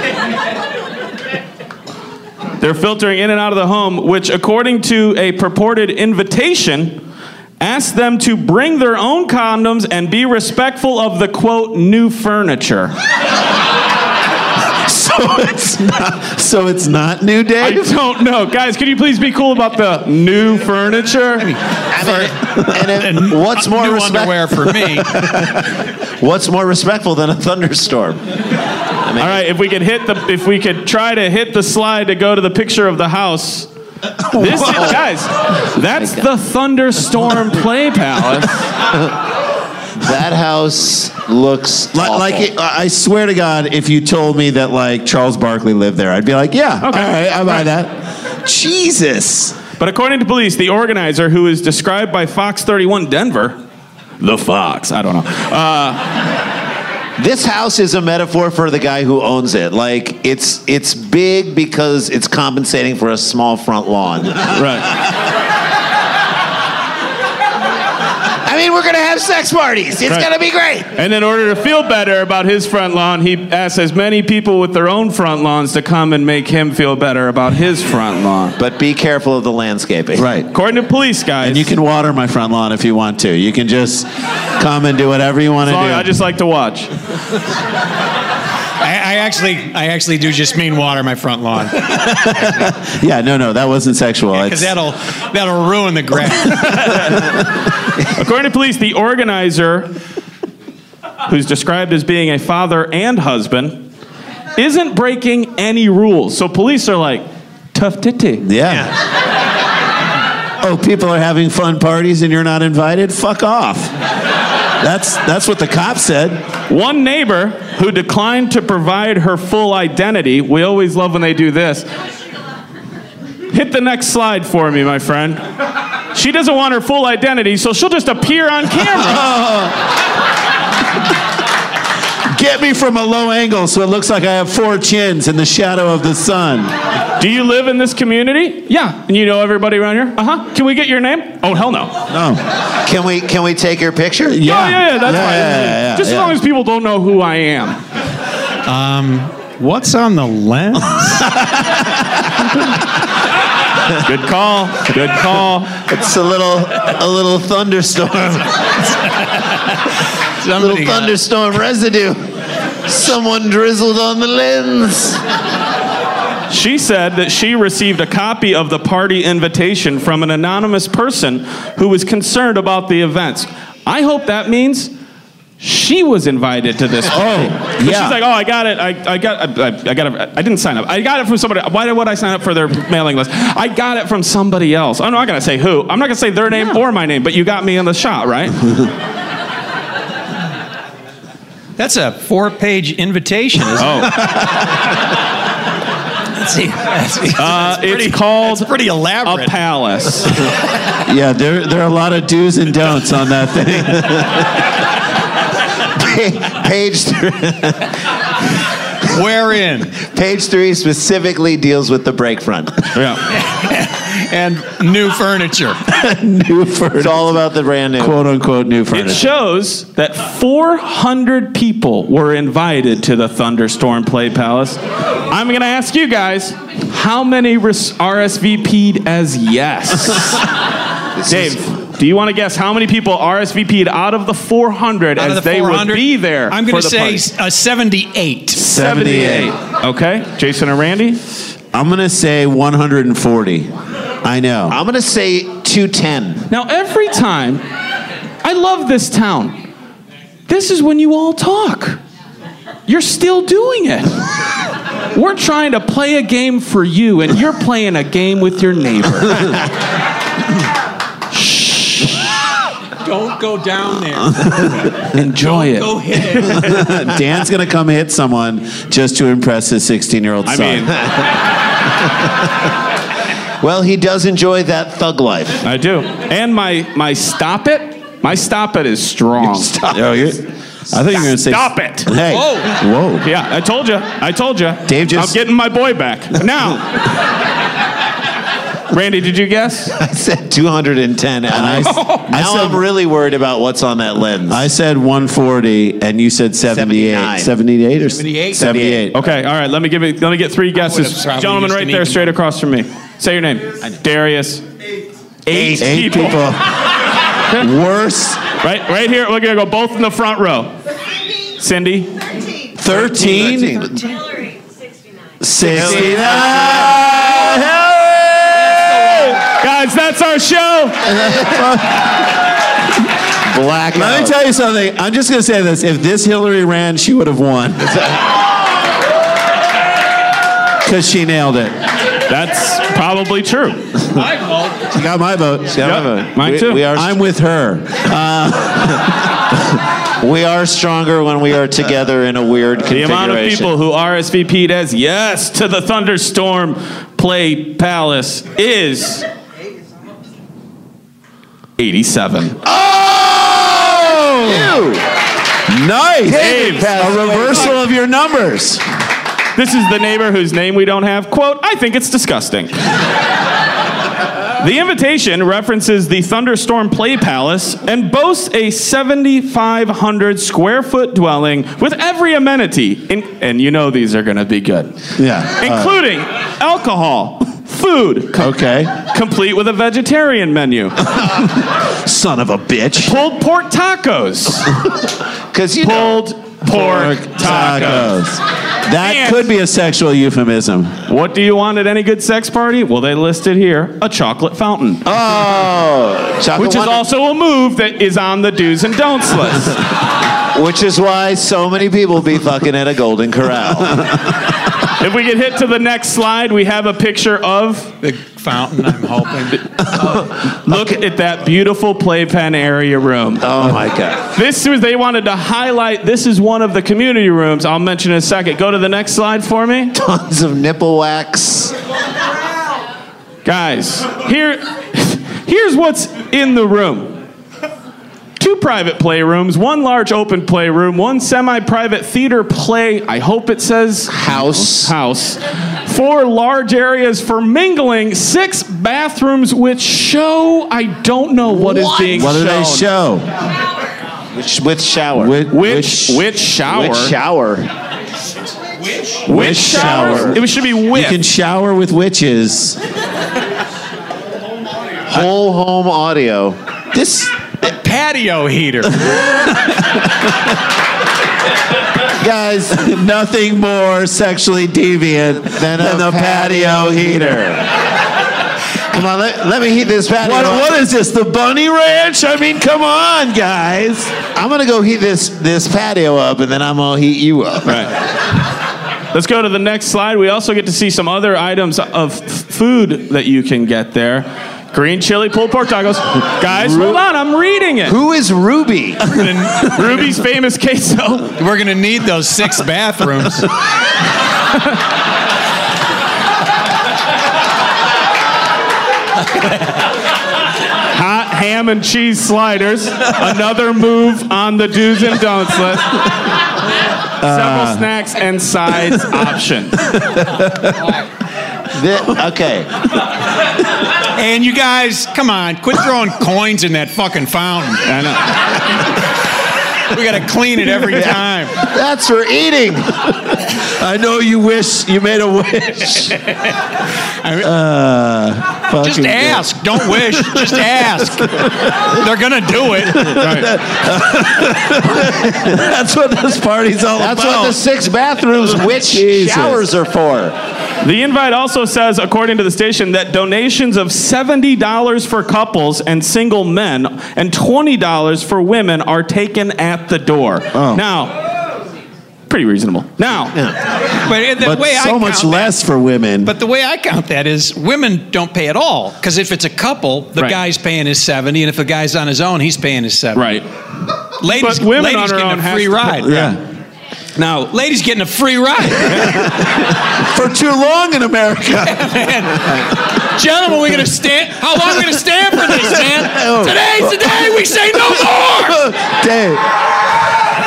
They're filtering in and out of the home, which, according to a purported invitation, asks them to bring their own condoms and be respectful of the quote new furniture. <laughs> So it's not, so it's not New I Day. don't know, guys. Can you please be cool about the new furniture? And, it- <laughs> what's more New respect- underwear for me. <laughs> What's more respectful than a thunderstorm? All right, if we could hit the, if we could try to hit the slide to go to the picture of the house. This is, guys, that's the thunderstorm play palace. <laughs> That house looks Like, awful. like it, I I swear to God, if you told me that like Charles Barkley lived there, I'd be like, yeah, all right, I buy that. Jesus. But according to police, the organizer, who is described by Fox 31 Denver, the Fox, I don't know. Uh, This house is a metaphor for the guy who owns it. Like it's it's big because it's compensating for a small <laughs> front lawn. right. I mean, we're gonna have sex parties. It's Right. gonna be great. And in order to feel better about his front lawn, he asked as many people with their own front lawns to come and make him feel better about his front lawn. But be careful of the landscaping. Right. According to police, guys. And you can water my front lawn if you want to. You can just come and do whatever you want to do. Sorry, I just like to watch. I, I actually, I actually do just mean water my front <laughs> lawn <laughs> yeah, no, no, that wasn't sexual. because It's- that'll that'll ruin the grass. According to police, the organizer, who's described as being a father and husband, isn't breaking any rules. So police are like, tough titty. yeah. <laughs> oh, people are having fun parties and you're not invited? Fuck off. That's that's what the cop said. One neighbor who declined to provide her full identity, we always love when they do this. Hit the next slide for me, my friend. She doesn't want her full identity, so she'll just appear on camera. <laughs> Get me from a low angle so it looks like I have four chins in the shadow of the sun. Do you live in this community? Yeah. And you know everybody around here? Uh huh. Can we get your name? Oh, hell no. No. Can we can we take your picture? Yeah, Oh, yeah, yeah, that's Yeah, fine. yeah, yeah, yeah, Just yeah. as <laughs> long as people don't know who I am. Um, what's on the lens? Good call. Good call. It's a little a little <laughs> thunderstorm. Somebody little got- thunderstorm residue. Someone drizzled on the lens. <laughs> She said that she received a copy of the party invitation from an anonymous person who was concerned about the events. I hope that means she was invited to this. Party. Oh, But yeah. She's like, oh, I got it. I, I got. I, I got. It. I didn't sign up. I got it from somebody. Why would I sign up for their mailing list? I got it from somebody else. I'm not gonna say who. I'm not gonna say their name or my name. But you got me in the shot, <laughs> right? That's a four-page invitation. Isn't Oh. <laughs> it? <laughs> That's, Uh, pretty- it's called that's pretty elaborate. a <laughs> palace. Yeah, there, there are a lot of do's and don'ts on that <laughs> thing. Pa- Page three, Wherein page three specifically deals with the break front. yeah. <laughs> and new <laughs> furniture. new furniture. It's all about the brand new. quote unquote new It furniture. shows that 400 people were invited to the Thunderstorm Play Palace. I'm going to ask you guys how many res- RSVP'd as <laughs> yes? Dave, do you want to guess how many people RSVP'd out of the 400 Out as of the they 400, would be there? I'm going to say a 78. 78. 78. Okay, Jason and Randy? I'm going to say 140. I know. I'm gonna say 210. Now, every time, I love this town. This is when you all talk. You're still doing it. We're trying to play a game for you, and you're playing a game with your neighbor. Don't go down there. Enjoy it. hit it. <laughs> Dan's going to come hit someone just to impress his 16 year old son. <laughs> Well, he does enjoy that thug life. I do. And my my stop it, my stop it is strong. Oh, you're- I thought you were going to say. Stop it. Hey. Whoa. Whoa. Yeah, I told you. I told you. Dave just- <laughs> I'm getting my boy back now. Randy, did you guess? <laughs> I said 210, and I, <laughs> now Oh, said- I'm really worried about what's on that lens. I said 140, and you said 78. 79. 78 or 78? 78. Okay, all right. Let me give it. Let me get three guesses. probably Gentleman, just right an there, eight. straight across from me. Say your name. Darius. Eight. Eight, Eight people. people. <laughs> Worse, Right, right here. We're gonna go both in the front row. Cindy. 13. Hillary, 69. 69. Guys, that's our show. <laughs> Black. Let me tell you something. I'm just going to say this. If this Hillary ran, she would have <laughs> won. Because she nailed it. That's probably true. She got my vote. She got Yep, my vote. mine we, too. We are, I'm with her. <laughs> uh, We are stronger when we are together in a weird The configuration. amount of people who RSVP'd as yes to the thunderstorm play palace is 87. Oh! Nice. Dave's. a reversal of your numbers. This is the neighbor whose name we don't have. Quote, I think it's disgusting. the invitation references the Thunderstorm Play Palace and boasts a 7,500 square foot dwelling with every amenity, in- and you know these are going to be good, Yeah. uh, including alcohol, food, com- okay. complete with a vegetarian menu, Son of a bitch. pulled pork <laughs> tacos, Because you know, pulled pork tacos. That And- could be a sexual euphemism. What do you want at any good sex party? Well, they listed here a chocolate fountain. oh, chocolate Which is wonder- also a move that is on the do's and don'ts <laughs> list. which is why so many people be fucking at a Golden Corral. <laughs> if we get hit to the next slide, we have a picture of. The fountain, I'm hoping. <laughs> Look at that beautiful playpen area room. oh my god. This was they wanted to highlight. This is one of the community rooms. I'll mention in a second. Go to the next slide for me, Tons of nipple wax. guys. Here, here's what's in the room. Two private playrooms, one large open playroom, one semi-private theater play. I hope it says House. house, four large areas for mingling, six bathrooms which show I don't know what is being What do shown. they show? Which, with shower. Which which shower? With shower. Which shower? shower? It should be You can with. shower with witches. Whole home audio. This Patio heater. <laughs> guys, nothing more sexually deviant than, a the patio, heater. Come on, let, let me heat this patio. What, what is this? The bunny ranch? I mean, come on, guys. I'm gonna go heat this <laughs> this patio up, and then I'm gonna heat you up. Let's go to the next slide. We also get to see some other items of f- food that you can get there. Green chili, pulled pork tacos. Guys, hold on, I'm reading it. Who is Ruby? Ruby's famous queso. We're going to need those six <laughs> bathrooms. <laughs> Hot ham and cheese sliders. Another move on the do's and don'ts list. Uh. Several snacks and sides <laughs> options. Thi- okay, and you guys, come on, quit throwing coins in that fucking fountain. I know. We got to clean it <laughs> every time. that's for eating. I know you wish you made a wish. uh, Just fucking- ask. Don't wish. Just ask. They're going to do it. <laughs> That's what this party's all That's about. what the six bathrooms, which Jesus. showers are for. The invite also says, according to the station, that donations of $70 for couples and single men and $20 for women are taken at the door. Oh. Now, pretty reasonable. Now, But, the but way I so much count that- less for women. But the way I count that is women don't pay at all because if it's a couple, the Right. guy's paying his seventy, and if the guy's on his own, he's paying his seventy. right. Ladies, But women ladies on their getting own a has free to pay- ride. yeah. Now, ladies getting a free ride. <laughs> For too long in America. <laughs> Gentlemen, we're gonna stand. How long are we gonna stand for this, <laughs> Oh. man? Today's the day we say no more. Dave.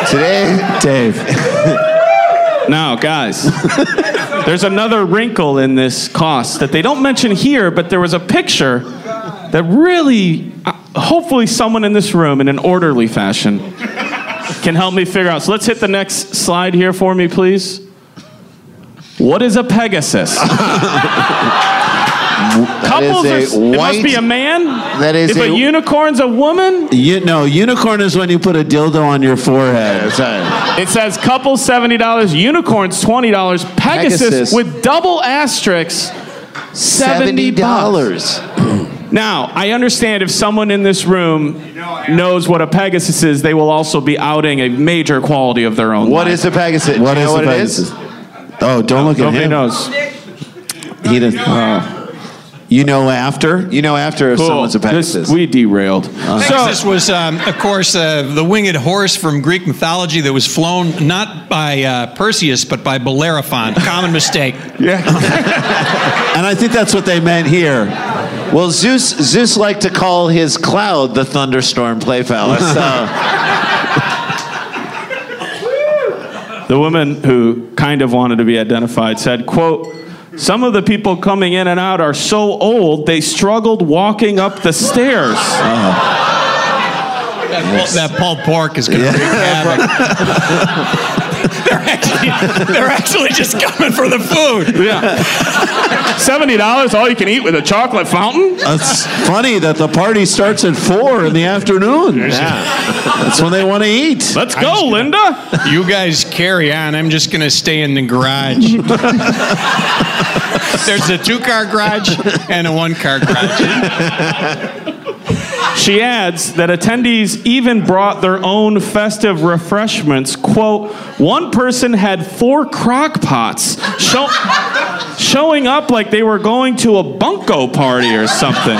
Today, Dave. Now, guys, there's another wrinkle in this cost that they don't mention here, but there was a picture that really, uh, hopefully, someone in this room in an orderly fashion can help me figure out. So let's hit the next slide here for me, please. What is a <laughs> Pegasus? Couples is a are, it white- must be a man. that is if a- a unicorn's a woman, You know, unicorn is when you put a dildo on your forehead. It says couple seventy dollars, unicorns twenty dollars, Pegasus, Pegasus. with double asterisks seventy dollars. dollars. <clears throat> Now I understand if someone in this room knows what a Pegasus is, they will also be outing a major quality of their own. What is a Pegasus? Do What you is know the what Pegasus? Oh, don't look at Nobody him. knows. uh, He doesn't. oh. You know after. You know after if Cool. someone's a This- Pegasus. we derailed. Uh, Pegasus was, um, of course, uh, the winged horse from Greek mythology that was flown not by uh, Perseus but by Bellerophon. Common <laughs> mistake. And I think that's what they meant here. well, Zeus Zeus liked to call his cloud the thunderstorm playfellow. <laughs> So The woman who kind of wanted to be identified said, quote, some of the people coming in and out are so old they struggled walking up the stairs. Uh-huh. That, that pulled pork is going to wreak havoc. they're, actually, they're actually just coming for the food. Yeah. Seventy dollars, all you can eat with a chocolate fountain. It's funny that the party starts at four in the afternoon. That's when they want to eat. Let's go, Linda. You guys carry on. I'm just going to stay in the <laughs> garage. There's a two-car garage and a one-car garage. She adds that attendees even brought their own festive refreshments. Quote: One person had four crock pots, show- showing up like they were going to a bunko party or something.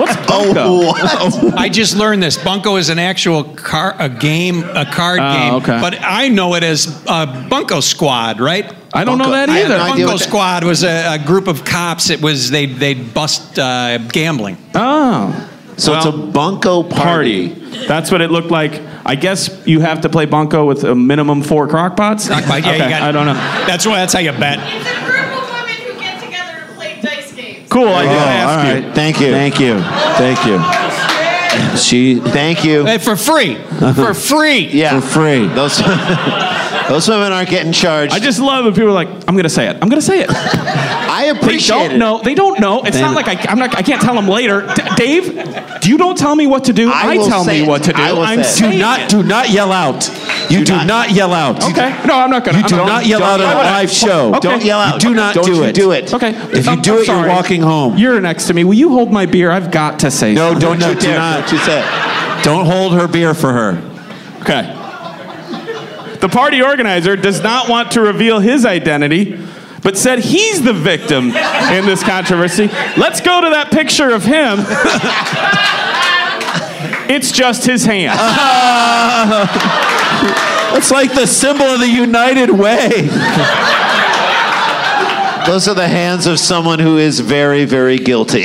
What's Oh, bunko? I just learned this. Bunko is an actual car, a game, a card Oh, game. okay. But I know it as uh, Bunko Squad, right? I don't know that I have either. no idea Bunko what that- Squad was a, a group of cops. It was they they'd bust uh, gambling. oh. so it's a Well, bunko party. party. That's what it looked like. I guess you have to play bunco with a minimum four crock pots. Knock by- yeah, you okay, got it. I don't know. That's why. That's how you bet. It's a group of women who get together and play dice games. Cool. I Oh, did all ask right. you. Thank you. Thank you. Thank you. She Thank you. Hey, for free. <laughs> For free. Yeah, for free. Those <laughs> those women aren't getting charged. I just love when people are like, "I'm gonna say it. I'm gonna say it." <laughs> I They appreciate don't it. know. They don't know. It's They- not like I, I'm not. I can't tell them later. D- Dave, do you don't tell me what to do. I I, will tell say me it. what to do. I will am say it. Do not do not yell out. You do, not. yell out. Okay. No, I'm not gonna. You do I'm not yell out at a Why would I? live show. Okay. Don't yell out. You do not Don't do you it. do it. Okay. If you I'm- do I'm it, you're sorry. walking home. You're next to me. Will you hold my beer? I've got to say. no, don't No, you do dare. not. Don't you say it. Don't hold her beer for her. Okay. The party organizer does not want to reveal his identity, but said he's the victim in this controversy. Let's go to that picture of him. <laughs> It's just his hand. <laughs> It's like the symbol of the United Way. <laughs> Those are the hands of someone who is very, very guilty. <laughs>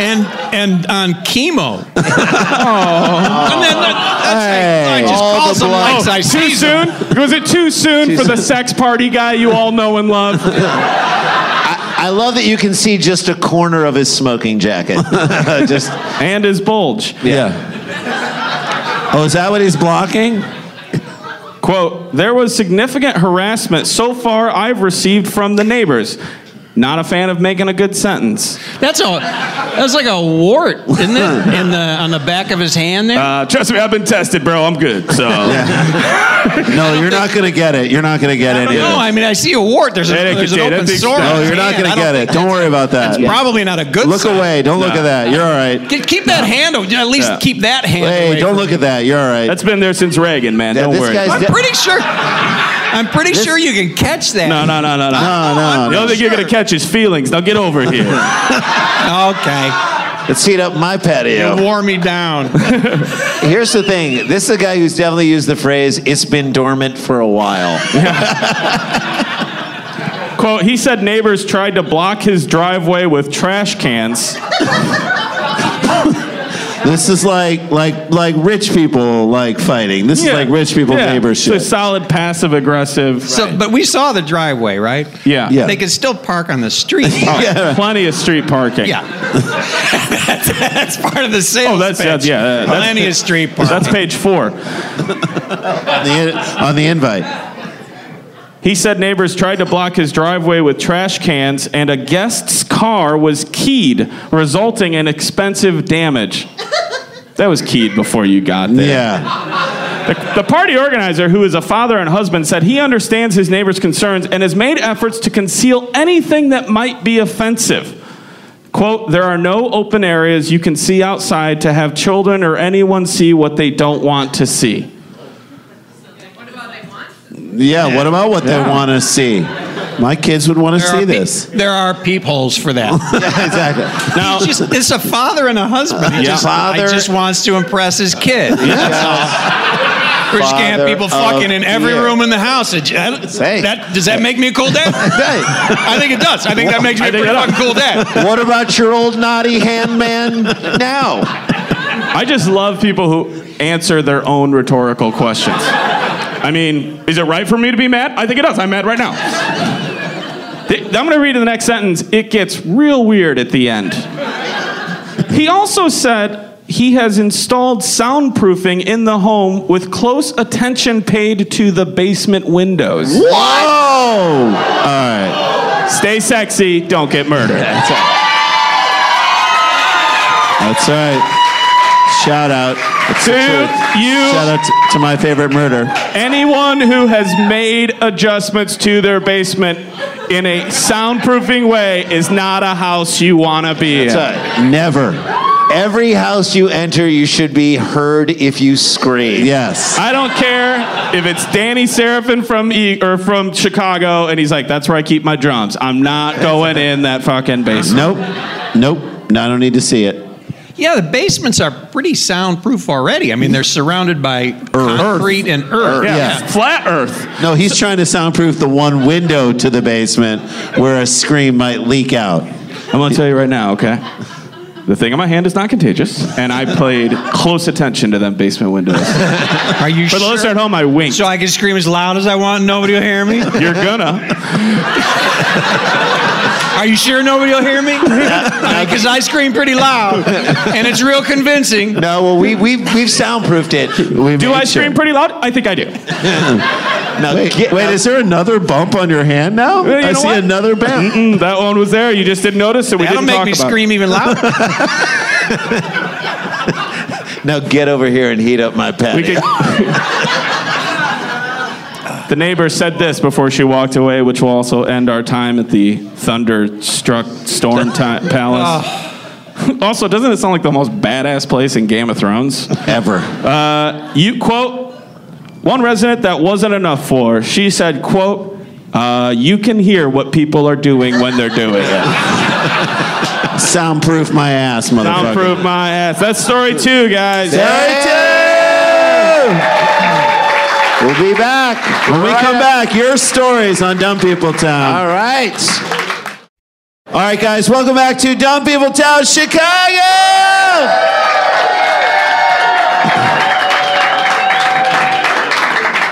And and on <laughs> chemo. oh. I just All calls the them blood. like I too see them. soon? Was it too soon for the sex party guy you all know and love? I love that you can see just a corner of his smoking jacket. <laughs> just And his bulge. Yeah. Oh, is that what he's blocking? Quote, there was significant harassment so far I've received from the neighbors. Not a fan of making a good sentence. That's a that's like a wart, isn't <laughs> it? In the on the back of his hand there. Uh, trust me, I've been tested, bro. I'm good. <laughs> So No, you're not gonna get it. You're not gonna get any no, of I mean I see a wart. There's, a, That I there's an could do. open That's sore. expensive. on No, his you're not hand. gonna I don't get it. think Don't worry about that. that's Probably not a good. Look sign. away. Don't look at that. You're all right. Ke- Keep that hand. o- At least Yeah. keep that hand. Hey, away don't from look me. at that. You're all right. that's been there since Reagan, man. Yeah, Don't this worry. guy's- I'm de- pretty sure. I'm pretty sure you can catch that. no, no, no, no, no. no, no, The no. only thing you're gonna catch is feelings. Now get over here. <laughs> Okay. let's heat up my patio. You wore me down. <laughs> Here's the thing. This is a guy who's definitely used the phrase "it's been dormant for a while." Quote: He said neighbors tried to block his driveway with trash cans. This is like like like rich people like fighting. This Yeah. is like rich people Yeah. neighbor It's a shit. solid passive aggressive. So, but we saw the driveway, right? yeah. Yeah. They could still park on the <laughs> street. yeah. Plenty of street parking. Yeah. that's, <laughs> that's part of the sales Oh, that's- pitch. that's- yeah, that- that's- Plenty of street parking. That's page four. on the in- on the invite. He said neighbors tried to block his driveway with trash cans, and a guest's car was keyed, resulting in expensive damage. That was keyed before you got there. Yeah. The, the party organizer, who is a father and husband, said he understands his neighbor's concerns and has made efforts to conceal anything that might be offensive. Quote, there are no open areas you can see outside to have children or anyone see what they don't want to see. What about I want? Yeah, what about what they want to see? My kids would want to There are see pe- this. There are peepholes for <laughs> that. Yeah, exactly. Now, It's just- it's a father and a husband. He Yeah. just, Father- I just wants to impress his kid. Rich Father camp people of fucking in every year. room in the house. It- that- Say. that- does that make me a cool dad? Hey, I think it does. I think that makes me I a think pretty it does. <laughs> fucking cool dad. <laughs> what about your old naughty hand man now? I just love people who answer their own rhetorical questions. I mean, is it right for me to be mad? I think it is. I'm mad right now. Th- I'm going to read the next sentence. It gets real weird at the end. He also said he has installed soundproofing in the home with close attention paid to the basement windows. Whoa! All right. Stay sexy, don't get murdered. That's right. That's right. Shout out. It's the To truth. you. Shout out to, to my favorite murder. Anyone who has made adjustments to their basement in a soundproofing way is not a house you want to be in. So, never. Every house you enter, you should be heard if you scream. Yes. I don't care if it's Danny Seraphin from e- or from Chicago, and he's like, "That's where I keep my drums." I'm not going in that fucking basement. Nope. Nope. No, I don't need to see it. Yeah, the basements are pretty soundproof already. I mean, they're surrounded by concrete and earth. Earth. Yeah, Yeah. flat Earth. No, he's trying to soundproof the one window to the basement where a scream might leak out. I'm gonna tell you right now, okay? The thing in my hand is not contagious, and I played close attention to them basement windows. <laughs> Are you For the sure? listener at home, I winked. So I can scream as loud as I want and nobody will hear me? <laughs> You're gonna. <laughs> Are you sure nobody will <laughs> hear me? Because I scream pretty loud and it's real convincing. No, well, we, we, we've soundproofed it. We Do made I sure. scream pretty loud? <laughs> I think <laughs> I do. Now, Wait, get- wait now- is there another bump on your hand now? Well, you I know see what? another bump. Mm, that one was there. You just didn't notice, so we That'll didn't make talk me about it. scream even <laughs> louder. now get over here and heat up my We patio. could- the neighbor said this before she walked away, which will also end our time at the thunderstruck storm <laughs> ti- palace. Ah. <laughs> also, doesn't it sound like the most badass place in Game of Thrones? Ever. Uh, you quote one resident that wasn't enough for. her, She said, "quote uh, You can hear what people are doing when they're doing <laughs> it. Soundproof my ass, motherfucker. Soundproof my ass." That's story two, guys. We'll be back. When we come back, your stories on Dumb People Town. All right. All right, guys, welcome back to Dumb People Town, Chicago.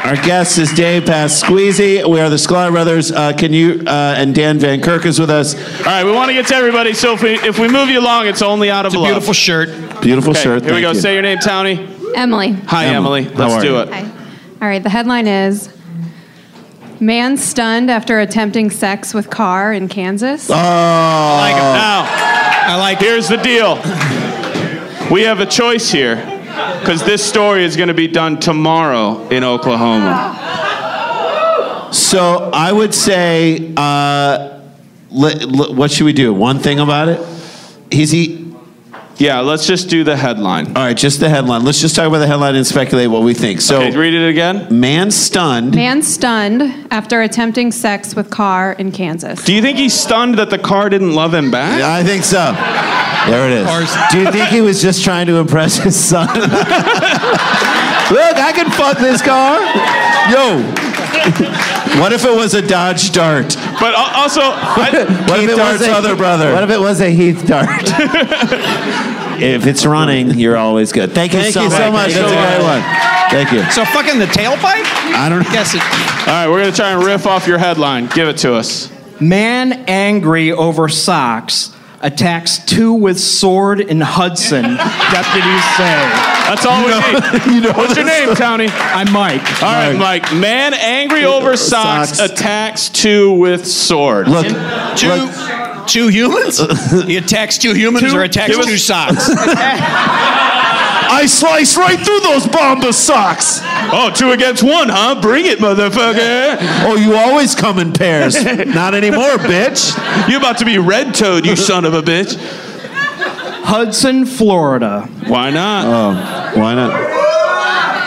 Our guest is Dave Pasqueezy. We are the Sklar Brothers. Uh, can you uh, and Dan Van Kirk is with us. All right, we want to get to everybody. So if we, if we move you along, it's only out of love. Beautiful shirt. Beautiful Okay, shirt. Here we thank go. you. Say your name, Townie. Emily. Hi, Emily. Emily. How Let's are do you? it. Hi. All right, the headline is Man stunned after attempting sex with car in Kansas. Oh, I like it. Now, I like it. here's the deal. We have a choice here, because this story is going to be done tomorrow in Oklahoma. So I would say, uh, le- le- what should we do? One thing about it? Is he? Yeah, let's just do the headline. All right, just the headline. Let's just talk about the headline and speculate what we think. So, Okay, read it again. man stunned. Man stunned after attempting sex with car in Kansas. Do you think he's stunned that the car didn't love him back? I think so. There it course. is. Do you think he was just trying to impress his son? <laughs> Look, I can fuck this car. Yo. What if it was a Dodge Dart? But al- also, I, <laughs> What Keith Dart's other brother. What if it was a Heath Dart? if it's running, you're always good. Thank you Thank so you much. so much. That's a great one. Thank you. So fucking the tailpipe? I don't Guess it. all right, we're gonna try and riff off your headline. Give it to us. Man angry over socks attacks two with sword in Hudson, <laughs> deputies say. That's all we <laughs> need. What's your name, Tony? I'm Mike. All right, Mike. Man angry over socks, Socks. attacks two with sword. Look, Two, two <laughs> humans? He attacks two humans Two- or attacks give us- two socks? I slice right through those Bomba socks. Oh, two against one, huh? Bring it, motherfucker. Oh, you always come <laughs> in pairs. Not anymore, bitch. You're about to be red toed, you son of a bitch. Hudson, Florida. Why not? Oh, Why not?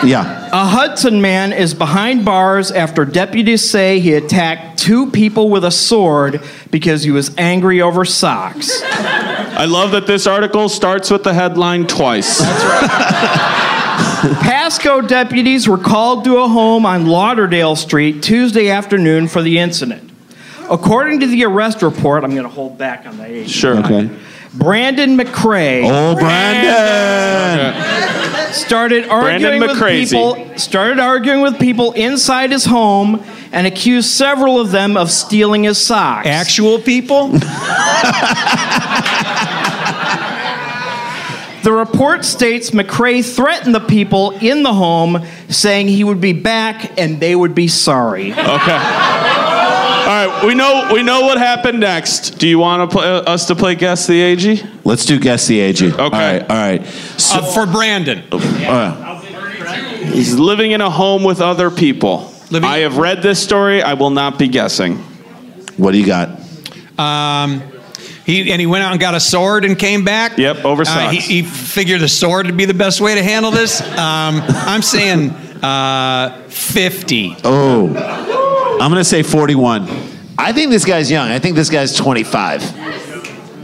Yeah. A Hudson man is behind bars after deputies say he attacked two people with a sword because he was angry over socks. I love that this article starts with the headline twice. <laughs> Pasco deputies were called to a home on Lauderdale Street Tuesday afternoon for the incident. According to the arrest report, I'm going to hold back on that age. Sure. Okay. Brandon McCrae Oh, Brandon. started Brandon arguing with McCrazy. people started arguing with people inside his home and accused several of them of stealing his socks. Actual people? <laughs> The report states McCrae threatened the people in the home, saying he would be back and they would be sorry. Okay. All right, we know we know what happened next. Do you want to pl- uh, us to play guess the AG? Let's do guess the AG. Okay. All right. Okay. All right. So, Uh, for Brandon. uh, He's living in a home with other people. Living- I have read this story. I will not be guessing. what do you got? Um, he, and he went out and got a sword and came back. Yep, over Uh, socks. he, he figured a sword would be the best way to handle this. Um, I'm saying uh, 50. Oh, I'm gonna say 41. I think this guy's young. I think this guy's 25.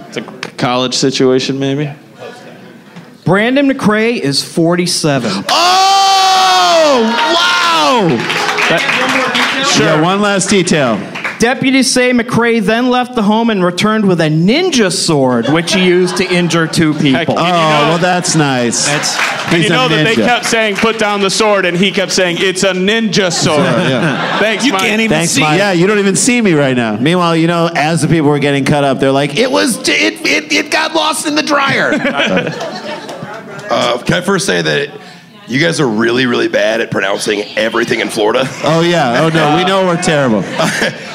It's a c- college situation, <laughs> maybe. Brandon McCrae is 47. Oh, wow. Sure. Yeah, one last detail. Deputies say McCrae then left the home and returned with a ninja sword, which he used to injure two Heck, people. and you Oh, know- well, that's nice. That's- and He's you a know that they ninja. kept saying put down the sword, and he kept saying it's a ninja sword. Thanks, You Mike. can't even Thanks, see. Mike. Yeah, you don't even see me right now. Meanwhile, you know, as the people were getting cut up, they're like, "It was it it, it got lost in the <laughs> dryer." Uh, can I first say that you guys are really, really bad at pronouncing everything in Florida? Oh yeah. Oh no, we know we're <laughs> terrible.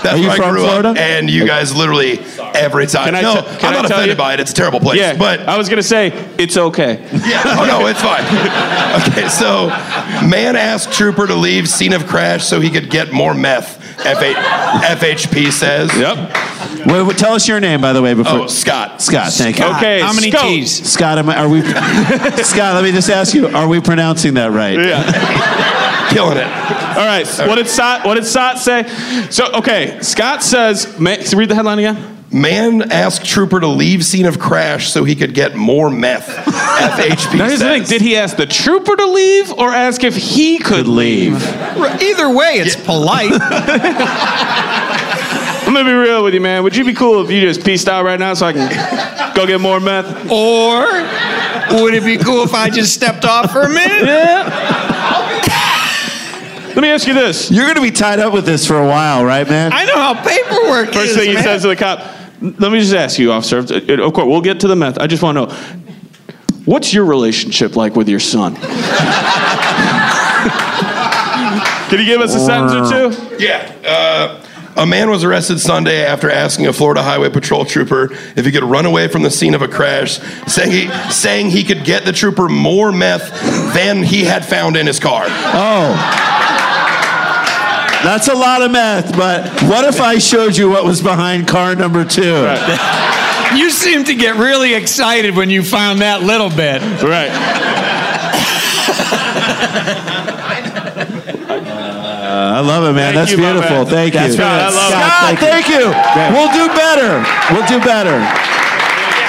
That's Are you where I from grew Florida? up, and you guys literally every time. Can I no, te- can I'm not I tell offended you- by it. It's a terrible place, Yeah, but I was gonna say it's okay. Yeah. Oh no, it's fine. <laughs> Okay, so man asked trooper to leave scene of crash so he could get more meth. FH, FHP says. Yep. Wait, wait, tell us your name, by the way, before Oh, Scott. Scott. Thank you. Okay. How many Scope. T's? Scott, am I, are we? <laughs> Scott, let me just ask you: Are we pronouncing that right? Yeah. Killing it. All right. What did Sot? What did Sot say? So okay, Scott says. Ma- read the headline again. Man asked trooper to leave scene of crash so he could get more meth. FHP Now says. here's the thing: Did he ask the trooper to leave or ask if he could leave? Either way, it's <laughs> polite. I'm gonna be real with you, man. Would you be cool if you just peaced out right now so I can go get more meth? or would it be cool if I just stepped off for a minute? Yeah. Let me ask you this. You're going to be tied up with this for a while, right, man? I know how paperwork First is. thing he man. says to the cop, let me just ask you, officer. Of course, we'll get to the meth. I just want to know, what's your relationship like with your son? Can you give us a sentence or two? Yeah. Uh, a man was arrested Sunday after asking a Florida Highway Patrol trooper if he could run away from the scene of a crash, saying he, saying he could get the trooper more meth than he had found in his car. Oh. That's a lot of meth, but what if I showed you what was behind car number two? You seem to get really excited when you found that little bit. Right. Uh, I love it, man. Thank That's you, my beautiful. man. Thank That's you. good. I love it. Scott, thank you. We'll do better. We'll do better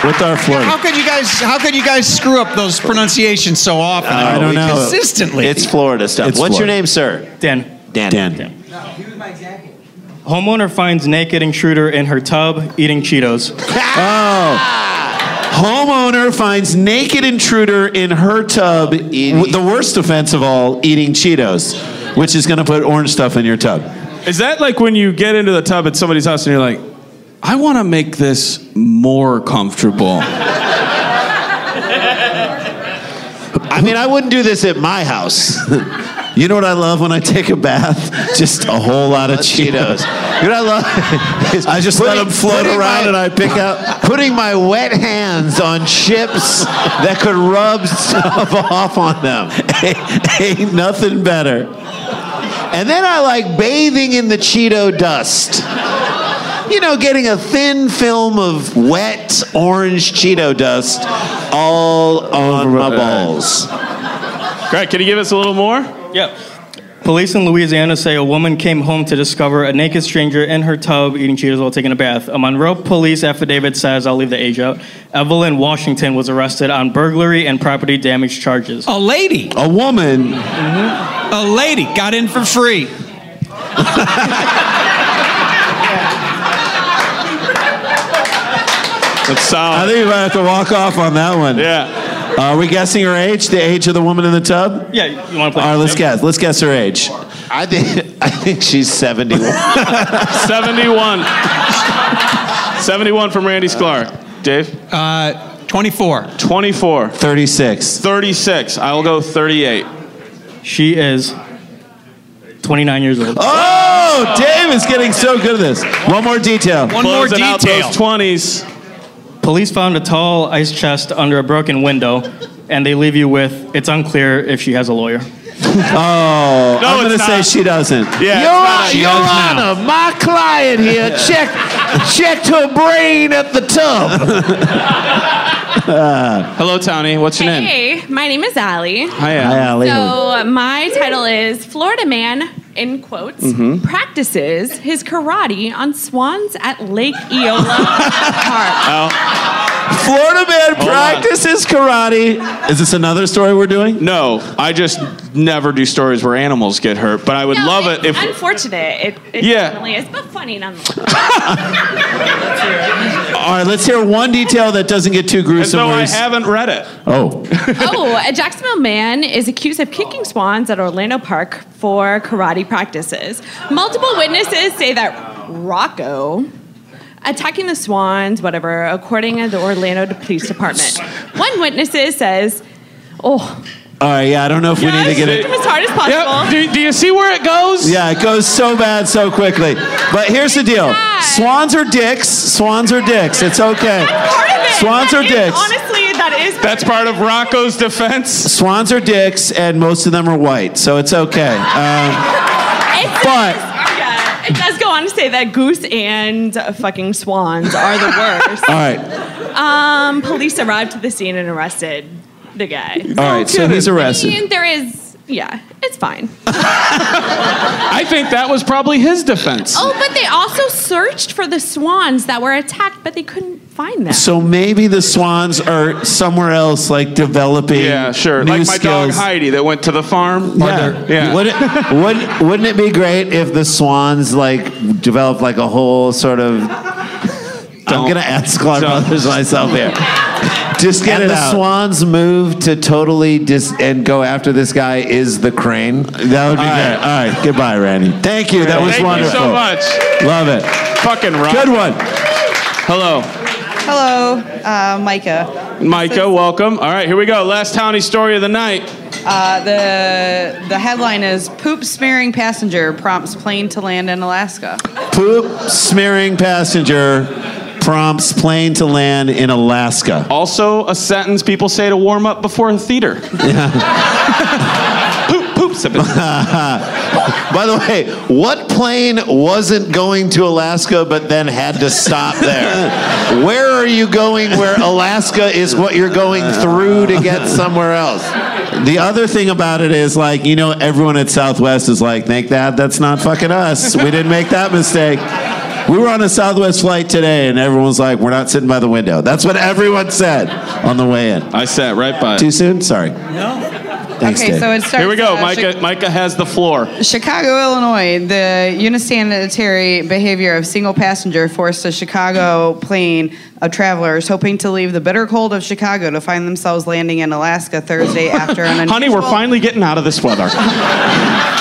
with our How flirt. could you guys? How could you guys screw up those pronunciations so often? Uh, I don't know. Consistently. it's Florida stuff. <laughs> It's What's your Florida. name, sir? Dan. Dan. Dan. Homeowner finds naked intruder in her tub eating <laughs> Cheetos. Oh. Ah. Homeowner finds naked intruder in her tub. With the worst offense of all, eating Cheetos, which is going to put orange stuff in your tub. Is that like when you get into the tub at somebody's house and you're like, I want to make this more <laughs> comfortable? I mean, I wouldn't do this at my house. <laughs> you know what I love when I take a bath? Just a whole lot of Cheetos. You know what I <laughs> love? I just let them float around and I pick up. Putting my wet hands on chips that could rub <laughs> stuff off on them. ain't, <laughs> ain't nothing better. And then I like bathing in the Cheeto dust. You know, getting a thin film of wet orange Cheeto dust all on my balls. Greg, can you give us a little more? Yep. Police in Louisiana say a woman came home to discover a naked stranger in her tub eating Cheetos while taking a bath. A Monroe police affidavit says, I'll leave the age out, Evelyn Washington was arrested on burglary and property damage charges. A lady, Mm-hmm. A woman a lady got in for free. That's I solid. think we might have to walk off on that one. Uh, yeah. Are we guessing her age? The age of the woman in the tub? Yeah, you want to play? All right, let's guess. Let's guess her age. I think <laughs> I think she's 71. 71. 71 from Randy Sklar. Dave? Uh, 24. 24. 36. 36. I'll go 38. She is 29 years old. <laughs> Oh, Dave is getting so good at this. One more detail. One more Closing out detail. those 20s. Police found a tall ice chest under a broken window, and they leave you with, it's unclear if she has a lawyer. <laughs> Oh, No, I'm going it's to say not. she doesn't. Yeah, Your, it's not. Your She does Honor, my client here check checked her brain at the tub. <laughs> Hello, Tony. What's your name? Hey, my name is Allie. Hi, Al. Hi, Allie. So my title is Florida Man in quotes Mm-hmm. practices his karate on swans at Lake Eola Park. <laughs> Florida man practices karate. Is this another story we're doing? No, I just never do stories where animals get hurt, but I would No, love it it's if. unfortunate. It, it Yeah. definitely is, but funny nonetheless. <laughs> All right, let's hear one detail that doesn't get too as gruesome. though where I he's- haven't read it. oh. oh, a Jacksonville man is accused of kicking swans at Orlando Park for karate practices. Multiple witnesses say that Rocco attacking the swans, whatever, according to the Orlando Police Department. One witness says, "Oh, All right, yeah, I don't know if we need to get hit it. him as hard as Yep. possible." Do, do you see where it goes? Yeah, it goes so bad so quickly. But here's the deal bad. swans are dicks. Swans are dicks. It's okay. Part of it. Swans That are is- dicks. Honestly, that is That's part of Rocco's defense. Swans are dicks, and most of them are white, so it's okay. Um, It But- does- yeah, it does go on to say that goose and fucking swans are the <laughs> worst. all right, Um, police arrived to the scene and arrested the guy. all right. So he's arrested. And there is, yeah, it's fine. I think that was probably his defense. Oh, but they also searched for the swans that were attacked, but they couldn't find them. So maybe the swans are somewhere else, like developing. Yeah, sure. New like my dog skills. Heidi that went to the farm. Yeah. Yeah. Would it, would, wouldn't it be great if the swans like developed like a whole sort of? I'm Don't. gonna ask Clark Don't. Brothers myself here. Just get it the out. swans move to totally dis and go after this guy is the crane. That would be All great. All right, goodbye, Randy. Thank you. That was Thank wonderful. you so much. Love it. Fucking rock. Good one. Hello. Hello, uh, Micah. Micah, welcome. All right, here we go. Last townie story of the night. Uh, the the headline is poop smearing passenger prompts plane to land in Alaska. Poop smearing passenger prompts plane to land in Alaska. Also, a sentence people say to warm up before a theater. poop, poop, sipping. <laughs> By the way, what plane wasn't going to Alaska but then had to stop there? Where are you going where Alaska is what you're going through to get somewhere else? The other thing about it is like, you know, everyone at Southwest is like, make that, that's not fucking us. We didn't make that mistake. We were on a Southwest flight today and everyone's like, we're not sitting by the window. That's what everyone said on the way in. I sat right by. Too soon? Sorry. No. okay, so it starts. Here we go. uh, Micah, Micah has the floor. Chicago, Illinois, the unsanitary behavior of single passenger forced a Chicago plane of travelers hoping to leave the bitter cold of Chicago to find themselves landing in Alaska <laughs> Thursday after an Honey, we're unusual- finally getting out of <laughs> this weather.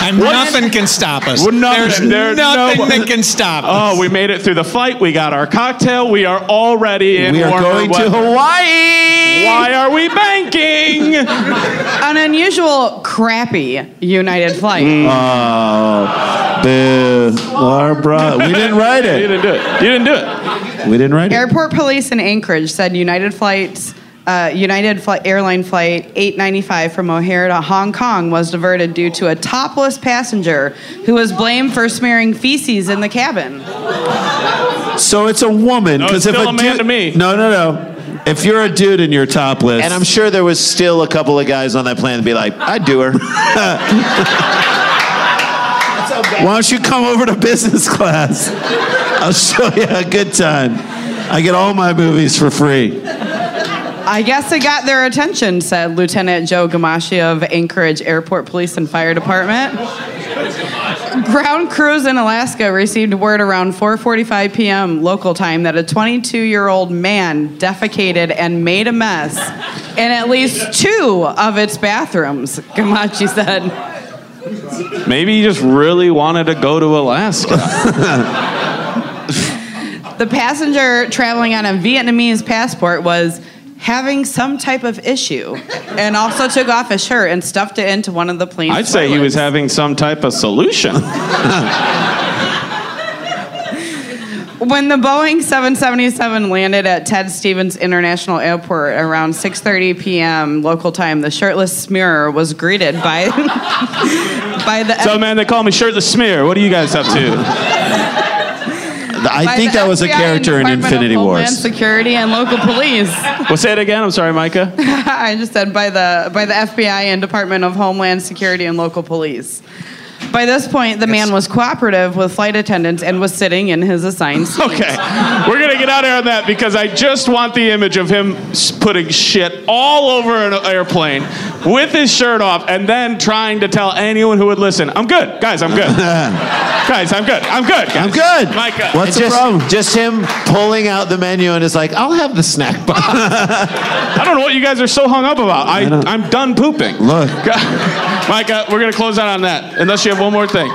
And nothing can stop us. Well, nothing. There's There- nothing no- that can stop us. Oh, we made it through the fight. We got our cocktail. We are already in We are warmer going to weather. Hawaii. Why are we banking? <laughs> an unusual crappy United flight. Oh, boo. <laughs> Barbara. We didn't write it. Mm. You didn't do it. You didn't do it. We didn't write it. Airport police in Anchorage said United flights, uh, United fli- airline flight 895 from O'Hare to Hong Kong was diverted due to a topless passenger who was blamed for smearing feces in the cabin. So it's a woman. No, Because it's if still a man dude, to me. No, no, no. If you're a dude and you're topless, And I'm sure there was still a couple of guys on that plane to be like, I'd do her. <laughs> Why don't you come over to business class? I'll show you a good time. I get all my movies for free. I guess it got their attention, said Lieutenant Joe Gamashi of Anchorage Airport Police and Fire Department. Ground crews in Alaska received word around 4:45 p.m. local time that a 22-year-old man defecated and made a mess in at least two of its bathrooms. Gamashi said, Maybe you just really wanted to go to Alaska. <laughs> "The passenger traveling on a Vietnamese passport was having some type of issue, and also took off his shirt and stuffed it into one of the plane's I'd say he was having some type <laughs> of solution. When the Boeing 777 landed at Ted Stevens International Airport around 6:30 p.m. local time, the shirtless smearer was greeted by by the so, man, they call me Shirtless Smear. What are you guys up to? by I think the that was a FBI and character in Department of Infinity Homeland Wars. Security and local police. <laughs> Well, say it again. I'm sorry, Micah. I just said by the by the FBI and Department of Homeland Security and local police. By this point, the man was cooperative with flight attendants and was sitting in his assigned seat. Okay. We're going to get out of here on that because I just want the image of him s- putting shit all over an airplane with his shirt off and then trying to tell anyone who would listen, I'm good. Guys, I'm <laughs> good. guys, I'm good. I'm good. Guys. uh, I'm good. Micah. And What's the just- problem? Just him pulling out the menu and it's like, I'll have the snack <laughs> box. I don't know what you guys are so hung up about. I, I am done pooping. Look. <laughs> Micah, we're going to close out on that unless you have one more thing.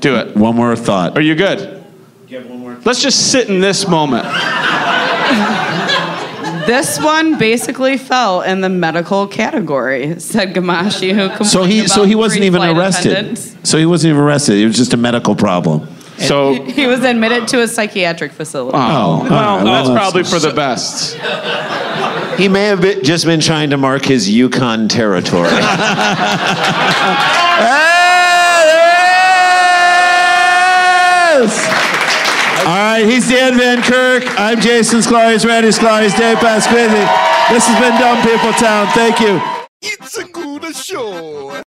Do it. One more thought. Are you good? Let's just sit in this moment. This one basically fell in the medical category, said Gamashi, who complained So he, about so he wasn't three even flight arrested. attendants. So he wasn't even arrested. It was just a medical problem. So He was admitted to a psychiatric facility. Oh, well, all right, that's well, probably for the best. He may have been, just been trying to mark his <laughs> Yukon territory. All right, he's Dan Van Kirk. I'm Jason Sclary's, Randy Sclary's, Dave Pasquini. This has been Dumb People Town. Thank you. Uh, It's a good show.